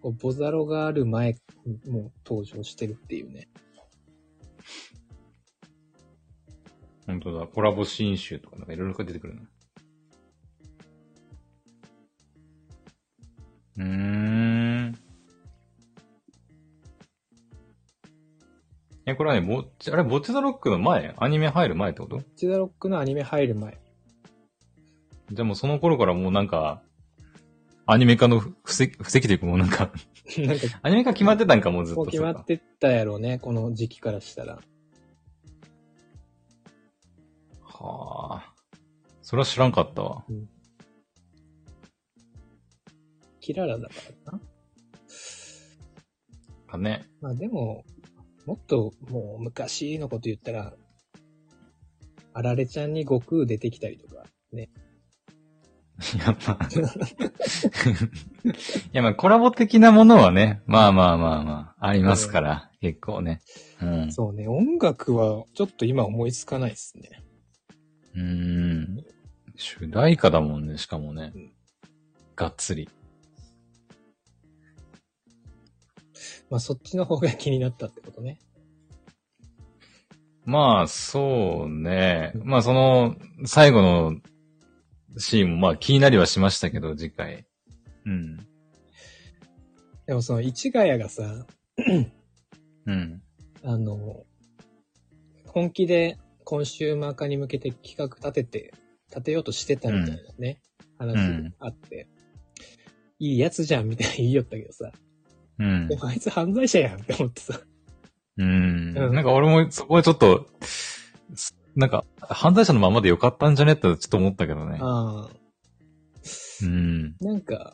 A: こうボザロがある前にもう登場してるっていうね。
B: 本当だ。コラボ新集とかなんかいろいろ出てくるな。うーん。え、これはね、ぼっち、あれ、ぼっちザロックの前アニメ入る前ってこと
A: ボッチザロックのアニメ入る前。
B: じゃあもうその頃からもうなんか、アニメ化の布石、布石というかもうなんか、 [laughs]
A: なんか、
B: アニメ化決まってたんかもうずっ
A: も
B: と
A: う決ま
B: そう
A: っ
B: か
A: てったやろうね、この時期からしたら。
B: はあ。それは知らんかったわ。
A: キララだからな。
B: かね。
A: まあでも、もっともう昔のこと言ったら、あられちゃんに悟空出てきたりとか、ね。
B: [laughs] やっぱ。いや、まあ、コラボ的なものはね、まあまあまあまあ、ありますから、結構ね。うん。
A: そうね、音楽はちょっと今思いつかないですね。
B: うん。主題歌だもんね、しかもね
A: うん。
B: がっつり。
A: まあそっちの方が気になったってことね。
B: まあ、そうね。まあ、その、最後のシーンも、まあ、気になりはしましたけど、次回。うん。
A: でもその市ヶ谷がさ、
B: うん。
A: あの、本気でコンシューマー化に向けて企画立てて、立てようとしてたみたいなね、話があって、いいやつじゃんみたいな言いよったけどさ、
B: うん
A: で。もあいつ犯罪者やんって思ってさ、
B: うん。
A: うん
B: なんか俺もそこはちょっと、すなんか、犯罪者のままでよかったんじゃねってちょっと思ったけどね。
A: ああ、
B: うん。
A: なんか、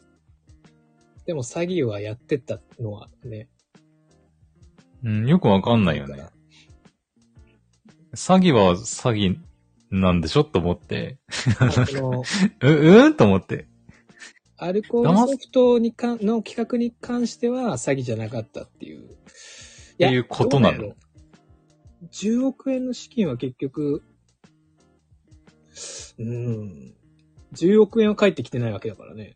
A: でも詐欺はやってたのはね、
B: うん、よくわかんないよ
A: だ
B: ね
A: か。
B: 詐欺は詐欺なんでしょと思って。 [laughs]
A: らあの、
B: う、うんと思って。
A: あアルコールソフトにかの企画に関しては詐欺じゃなかったっていう。いや
B: っていうことなの
A: どうやろう ?10 億円の資金は結局、うん、10億円は返ってきてないわけだからね。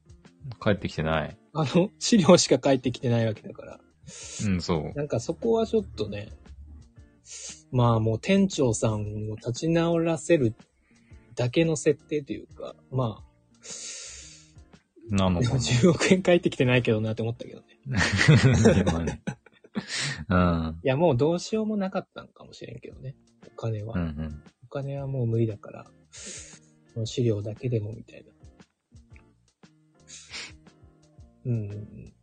B: 帰ってきてない。
A: あの、資料しか返ってきてないわけだから。
B: うん、そう。
A: なんかそこはちょっとね、まあもう店長さんを立ち直らせるだけの設定というか、ま
B: な
A: あ、
B: の
A: で
B: か
A: も10億円返ってきてないけどなって思ったけどね。
B: な。今ね [laughs] うん。
A: いやもうどうしようもなかったんかもしれんけどね。お金は。
B: うんうん。
A: お金はもう無理だから、その資料だけでもみたいな。
B: [laughs]
A: うんうんうん。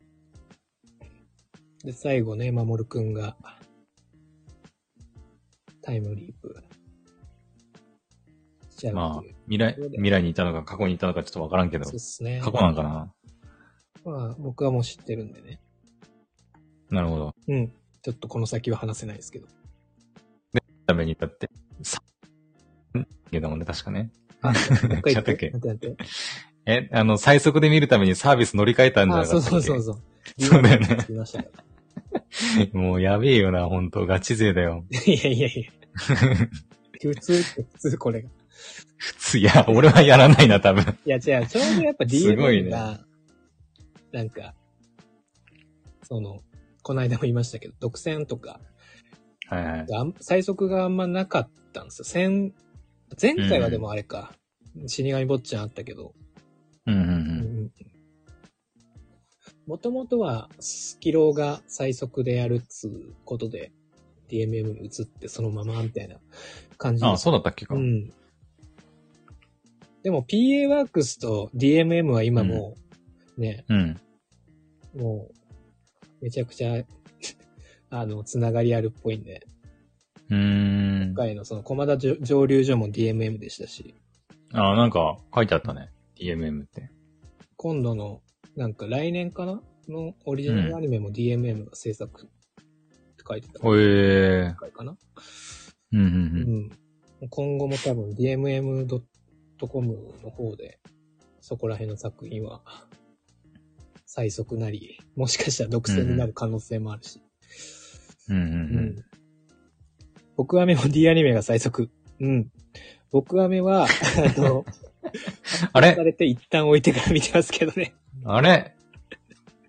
A: で、最後ね、守るくんが、タイムリープしちゃう
B: ま
A: っ
B: あ
A: ていう。、
B: 未来、未来にいたのか過去にいたのかちょっとわからんけど
A: そう、ですね。
B: 過去なんかな。
A: まあ、僕はもう知ってるんでね。
B: なるほど。
A: うん。ちょっとこの先は話せないです
B: [laughs]
A: けど。
B: ためにだって、さ、けどもね、確かね。
A: あ、もう一回言っ
B: ちょっとだ
A: て
B: け。
A: 待って待って。
B: え、あの、最速で見るためにサービス乗り換えたんじゃ
A: あ、
B: なか
A: そう
B: ったっけ
A: そうそうそう。
B: そうだよね
A: 言いましたから
B: もうやべえよな、ほんと。ガチ勢だよ。
A: [laughs] いやいやいや。普通って普通これが。
B: 普通、いや、俺はやらないな、多分。
A: いや、違う、ちょうどやっぱ
B: すごい
A: DM
B: ね
A: が、なんか、その、この間も言いましたけど、独占とか、
B: はいはい。
A: あん最速があんまなかったんですよ。先前回はでもあれか、死神坊ちゃんあったけど、
B: うんうんう。
A: うんんもともとは、スキローが最速でやるっつうことで、DMM に移ってそのままみたいな感じ
B: あ
A: で
B: あ、そうだったっけか。
A: うん。でも PA ワークスと DMM は今もう、ね、
B: うん。
A: もう、めちゃくちゃ、 [laughs] あの、つながりあるっぽいんで、
B: うーん
A: 今。回のその駒田上蒸留所も DMM でしたし、
B: ああ、なんか書いてあったね。DMM って。
A: 今度の、なんか来年かなのオリジナルアニメも DMM が制作って書いてた。
B: おえー。
A: 回かな
B: うんうんう。
A: うんん。今後も多分 DMM.com の方で、そこら辺の作品は、最速なり、もしかしたら独占になる可能性もあるし。
B: うんう
A: う
B: んうん。
A: ん。僕アメも D アニメが最速。うん。僕アメは、あの、
B: あ
A: さ
B: れ
A: れて一旦置いてから見てますけどね。
B: あれ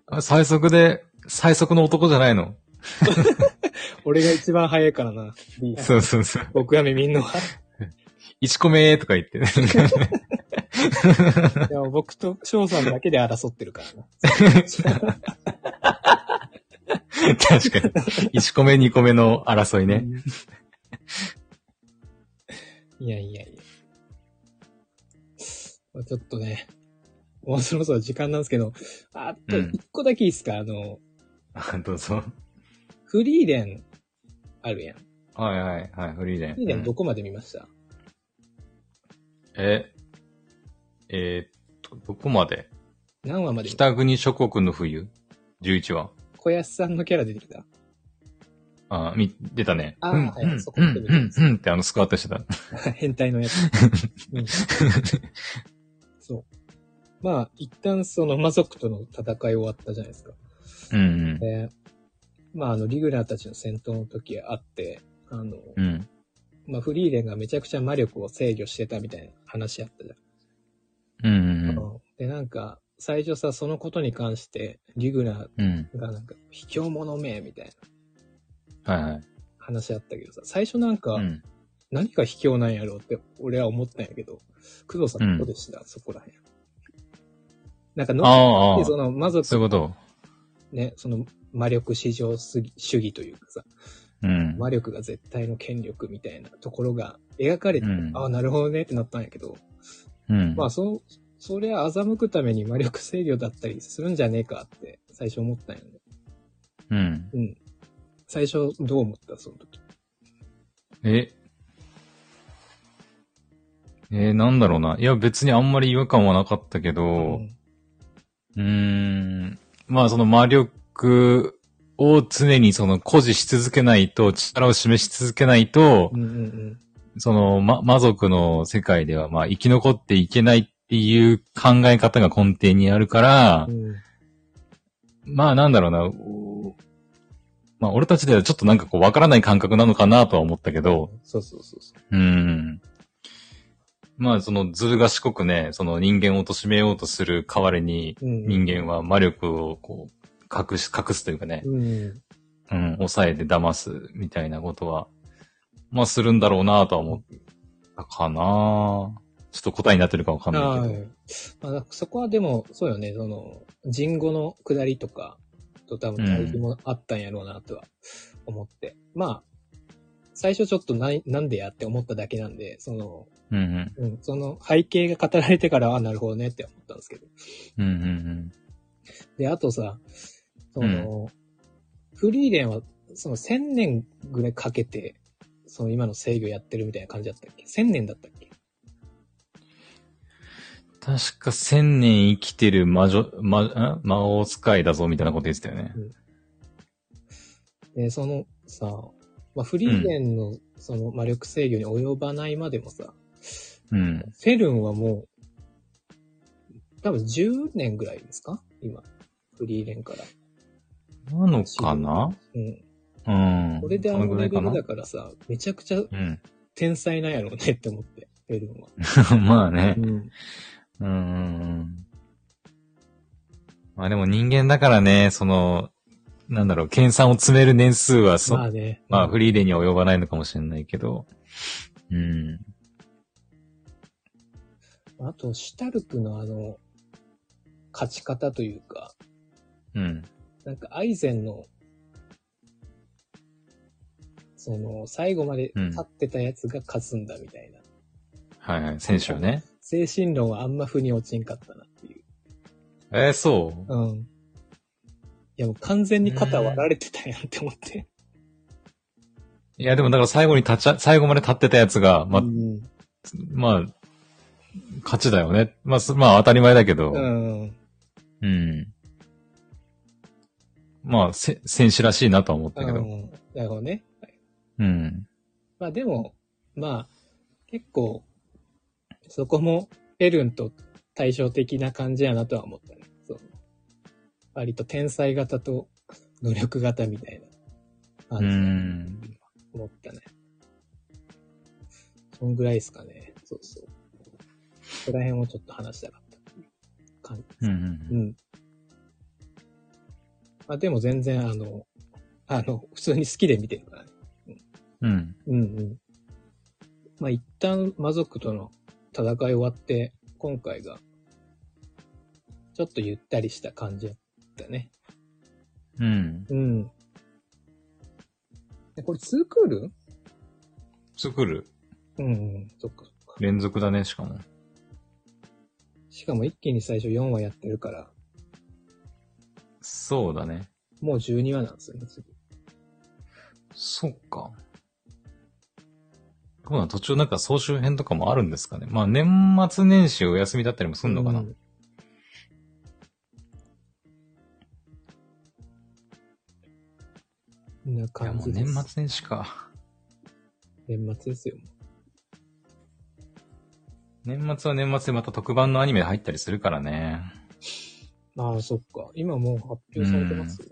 B: あ最速で、最速の男じゃないの
A: 俺が一番早いからな。D
B: そうそうそう。
A: 僕アメみんなは。
B: 1個目とか言って。 [laughs]
A: でも僕と翔さんだけで争ってるからな。
B: 確かに。1個目、2個目の争いね。 [laughs]
A: いやいやいや。まあちょっとね、もうそろそろ時間なんですけど、ああと
B: うん
A: 一個だけいいですか、あの、
B: あどうぞ。
A: フリーレンあるやん。フ
B: はいはいはい、フリーレン。
A: リーレン
B: う
A: ど
B: ん
A: こまで見ました、
B: え、えーっと、どこまで
A: 何話まで見た
B: 北国諸国の冬 ?11 話。
A: 小安さんのキャラ出てきた。 [laughs]
B: あ、み、出たね。
A: あー
B: うん、
A: はい
B: うん、
A: そこ
B: う
A: 見て
B: ん
A: み、
B: う
A: たん
B: ん
A: です
B: うんってあのスクワットしてた。 [laughs]
A: 変態のやつ。うんそう。まあ、一旦その魔族との戦い終わったじゃないですか。
B: うん
A: で、まあ、あの、リグラーたちの戦闘の時あって、あの、
B: うん、うん。
A: まあ、フリーレンがめちゃくちゃ魔力を制御してたみたいな話あったじゃん。
B: うん、うん、うん
A: うんで、なんか、最初さ、そのことに関して、リグナ
B: うん。
A: ーがなんか、卑怯者め、みたいな
B: はいはい。
A: 話あったけどさ、最初なんか、
B: うん。
A: 何が卑怯なんやろうって、俺は思ったんやけど、工藤さ
B: うんん
A: どうでした、そこらへん。なんかの、
B: ああ、ああ
A: で、その、魔族
B: そういうこと。
A: ね、その、魔力至上主義主義というかさ、
B: うん。
A: 魔力が絶対の権力みたいなところが描かれて、
B: うん
A: ああ、なるほどねってなったんやけど、
B: うん。
A: まあ、そう、そりゃ欺くために魔力制御だったりするんじゃねえかって、最初思ったんやね。
B: うん。
A: うん。最初どう思ったその時。
B: え、えーなんだろうな。いや、別にあんまり違和感はなかったけど、うーん。まあ、その魔力を常にその誇示し続けないと、力を示し続けないと
A: う、んうんうん
B: その、ま、魔族の世界では、まあ、生き残っていけないっっていう考え方が根底にあるから
A: う、ん。
B: まあなんだろうな、おまあ俺たちではちょっとなんかこうわからない感覚なのかなとは思ったけど、
A: そうそうそうそ
B: うん。まあそのずる賢くね、その人間を貶めようとする代わりに、
A: う。うん。
B: 人間は魔力をこう隠し、隠すというかね、
A: うん。
B: うん、抑えて騙すみたいなことは、まあするんだろうなとは思ったかなちょっと答えになってるかわかんない
A: は
B: けど。
A: い。まあ、なんかそこはでも、そうよね、その、人語の下りとか、と多分対比もあったんやろうなとは思って。まあ、最初ちょっとな、なんでやって思っただけなんで、その、
B: うんうん。
A: うん、その背景が語られてからは、あなるほどねって思ったんですけど。
B: うんうん
A: で、あとさ、その、フリーレンは、その1000年ぐらいかけて、その今の制御やってるみたいな感じだったっけ ?1000 年だったっけ
B: うん。確か千年生きてる魔女、魔、ん魔王使いだぞみたいなこと言ってたよね。
A: で、そのさ、まあ、フリーレンのその魔力制御に及ばないまでもさ、
B: うん。
A: フェルンはもう、多分10年ぐらいですか今。フリーレンから。
B: なのかな
A: うん。
B: うん。
A: これであ
B: そ
A: の
B: ぐら
A: レ
B: い
A: ベ
B: かな
A: ルだからさ、めちゃくちゃ
B: うん。
A: 天才なんやろうねって思って、フェルンは。
B: [laughs] まあね
A: う。ん。
B: うんうんうん。まあでも人間だからね、その、なんだろう、研鑽を詰める年数はそ、
A: まあね。
B: まあ、フリーレンには及ばないのかもしれないけど。うん。
A: あと、シュタルクのあの、勝ち方というか、
B: うん。
A: なんかアイゼンの、その、最後まで
B: うん
A: 立ってたやつが勝つんだみたいな。
B: はいはい。選手はね。
A: 精神論はあんま腑に落ちんかったなっていう。
B: えー、そう。
A: うん。いやもう完全に肩割られてたやんって思って。
B: いや、でもだから最後に立ちゃ、最後まで立ってたやつが、ま、
A: うん。
B: まあ、勝ちだよね。まあ、すまあ当たり前だけど。
A: うん。
B: うん。まあ、せ、選手らしいなとは思ったけ
A: う
B: ど。
A: んなるほどね。
B: うん。
A: まあでも、まあ、結構、そこも、エルンと対照的な感じやなとは思ったね。そう。割と天才型と努力型みたいな
B: う
A: 感
B: ん。
A: じ思ったね。そんぐらいですかね。そうそう。そこら辺をちょっと話したかったっていう感じです
B: うんう。
A: うんん。まあでも全然あの、あの、普通に好きで見てるからね。
B: うん。
A: うんうん。まあ、一旦魔族との戦い終わって、今回が、ちょっとゆったりした感じだったね。
B: うん。
A: うん。えこれ2クール
B: 作る。
A: うんうん、そっかそっか。
B: 連続だね、しかも。
A: しかも一気に最初4話やってるから、
B: そうだね。
A: もう12話なんですよね、次。
B: そっか。どうなん途中なんか総集編とかもあるんですかね。まあ年末年始お休みだったりもすんのかな。
A: う
B: うんん。
A: こんない
B: や
A: 感
B: もう
A: じです。
B: 年末年始か。
A: 年末ですよ。
B: 年末は年末でまた特番のアニメ入ったりするからね。
A: ああ、そっか。今もう発表されてます。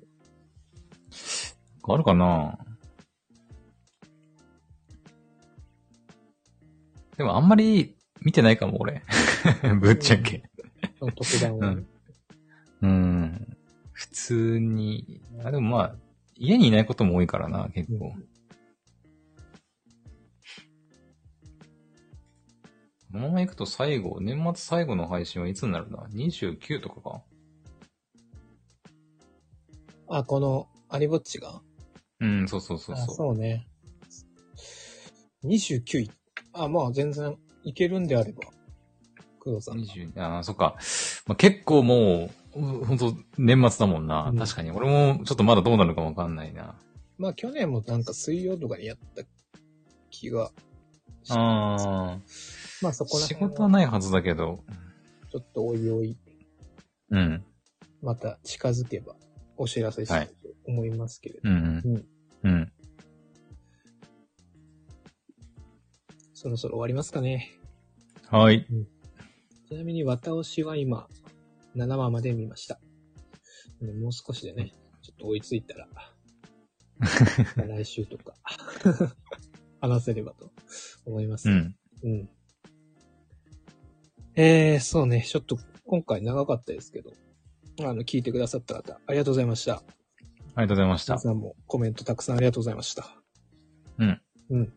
B: あるかなでもあんまり見てないかも、
A: [laughs]
B: 俺。ぶっちゃけ。
A: その特段は。
B: うんうん。普通に。あ、でもまあ、家にいないことも多いからな、結構。このまま行くと最後、年末最後の配信はいつになるんだ ?29 とかか
A: あ、この、アリぼっちが
B: うん、そうそうそう
A: あ
B: そう。
A: そうね。29位。あ、まあ全然いけるんであれば。工藤さんが。
B: 20ああ、そっか。まあ、結構もう、うほんと、年末だもんな。
A: うん
B: 確かに。俺も、ちょっとまだどうなるかわかんないな。
A: まあ去年もなんか水曜とかにやった気が。
B: ああ、
A: まあそこら
B: 仕
A: 辺
B: 事は
A: は
B: ないはずだけど。
A: ちょっとおいおい、
B: うん。
A: また近づけばお知らせしたいと思いますけれど。
B: うん
A: うん。
B: うん。
A: そろそろ終わりますかね。
B: はい。
A: じちなみに私は今、7話まで見ました。ねもう少しでね、ちょっと追いつい
B: [laughs]
A: たら、来週とか、 [laughs] 話せればと思います。
B: うん。
A: うん。えー、そうね、ちょっと今回長かったですけど、あの、聞いてくださった方、ありがとうございました。
B: ありがとうございました
A: 皆。さんもコメントたくさんありがとうございました。
B: うん。
A: うん。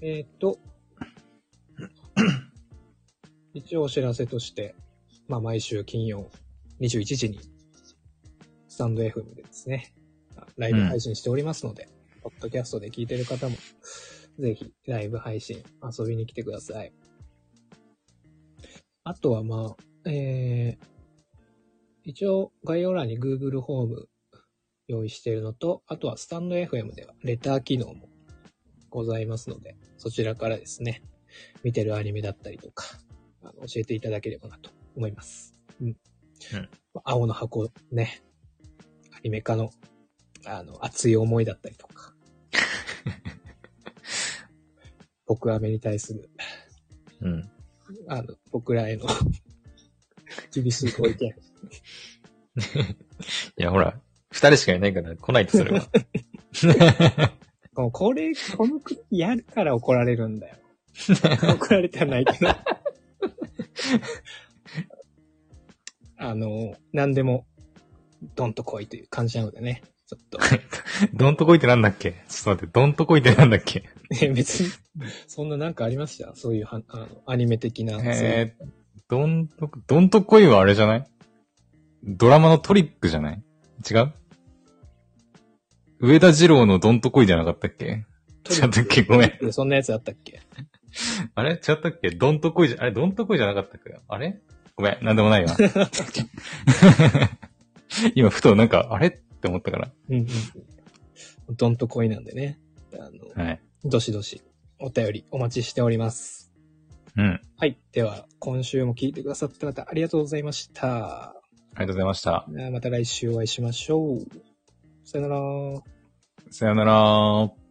A: えーっ、
B: [clears throat]
A: と、一応お知らせとして、まあ、毎週金曜21時に、スタンド FM でですね、ライブ配信しておりますので、ポッドキャストで聞いてる方も、ぜひライブ配信遊びに来てください。あとはまあ、えー、一応概要欄に Google ホーム用意しているのと、あとはスタンド FM ではレター機能もございますので、そちらからですね、見てるアニメだったりとか、あの教えていただければなと思います。うん。青の箱ね、アニメ化の、あの、熱い思いだったりとか、僕アメに対する、
B: うん。
A: あの、僕らへの [laughs] 厳しいご意見。
B: いや、ほら、二人しかいないから来ないとそれ [laughs] は。
A: このこれ、このくやるから怒られるんだよ。怒られてはないけど。あの、何でも、ドンと来いという感じなのでね。ちょっと、
B: どんとこいってなんだっけちょっと待って、どんとこいってなんだっけ
A: ね別に、そんななんかありましたそういうはあのアニメ的な。
B: えー、どんとこ、どんとこいはあれじゃないドラマのトリックじゃない違う上田二郎のどんとこいじゃなかったっけ
A: そう
B: 違ったっけごめん。
A: そんなやつあったっけ
B: あれ違ったっけどんとこいじゃ、あれどんとこいじゃなかったっけあれごめん、なんでもない [laughs] わ。今、ふとなんか、あれって思ったから。
A: うんうん。どんと来いなんでね。あの、
B: はい。
A: どしどしお便りお待ちしております。
B: うん。
A: はい。では、今週も聞いてくださった方ありがとうございました。
B: ありがとうございました。
A: また来週お会いしましょう。さよなら。
B: さよなら。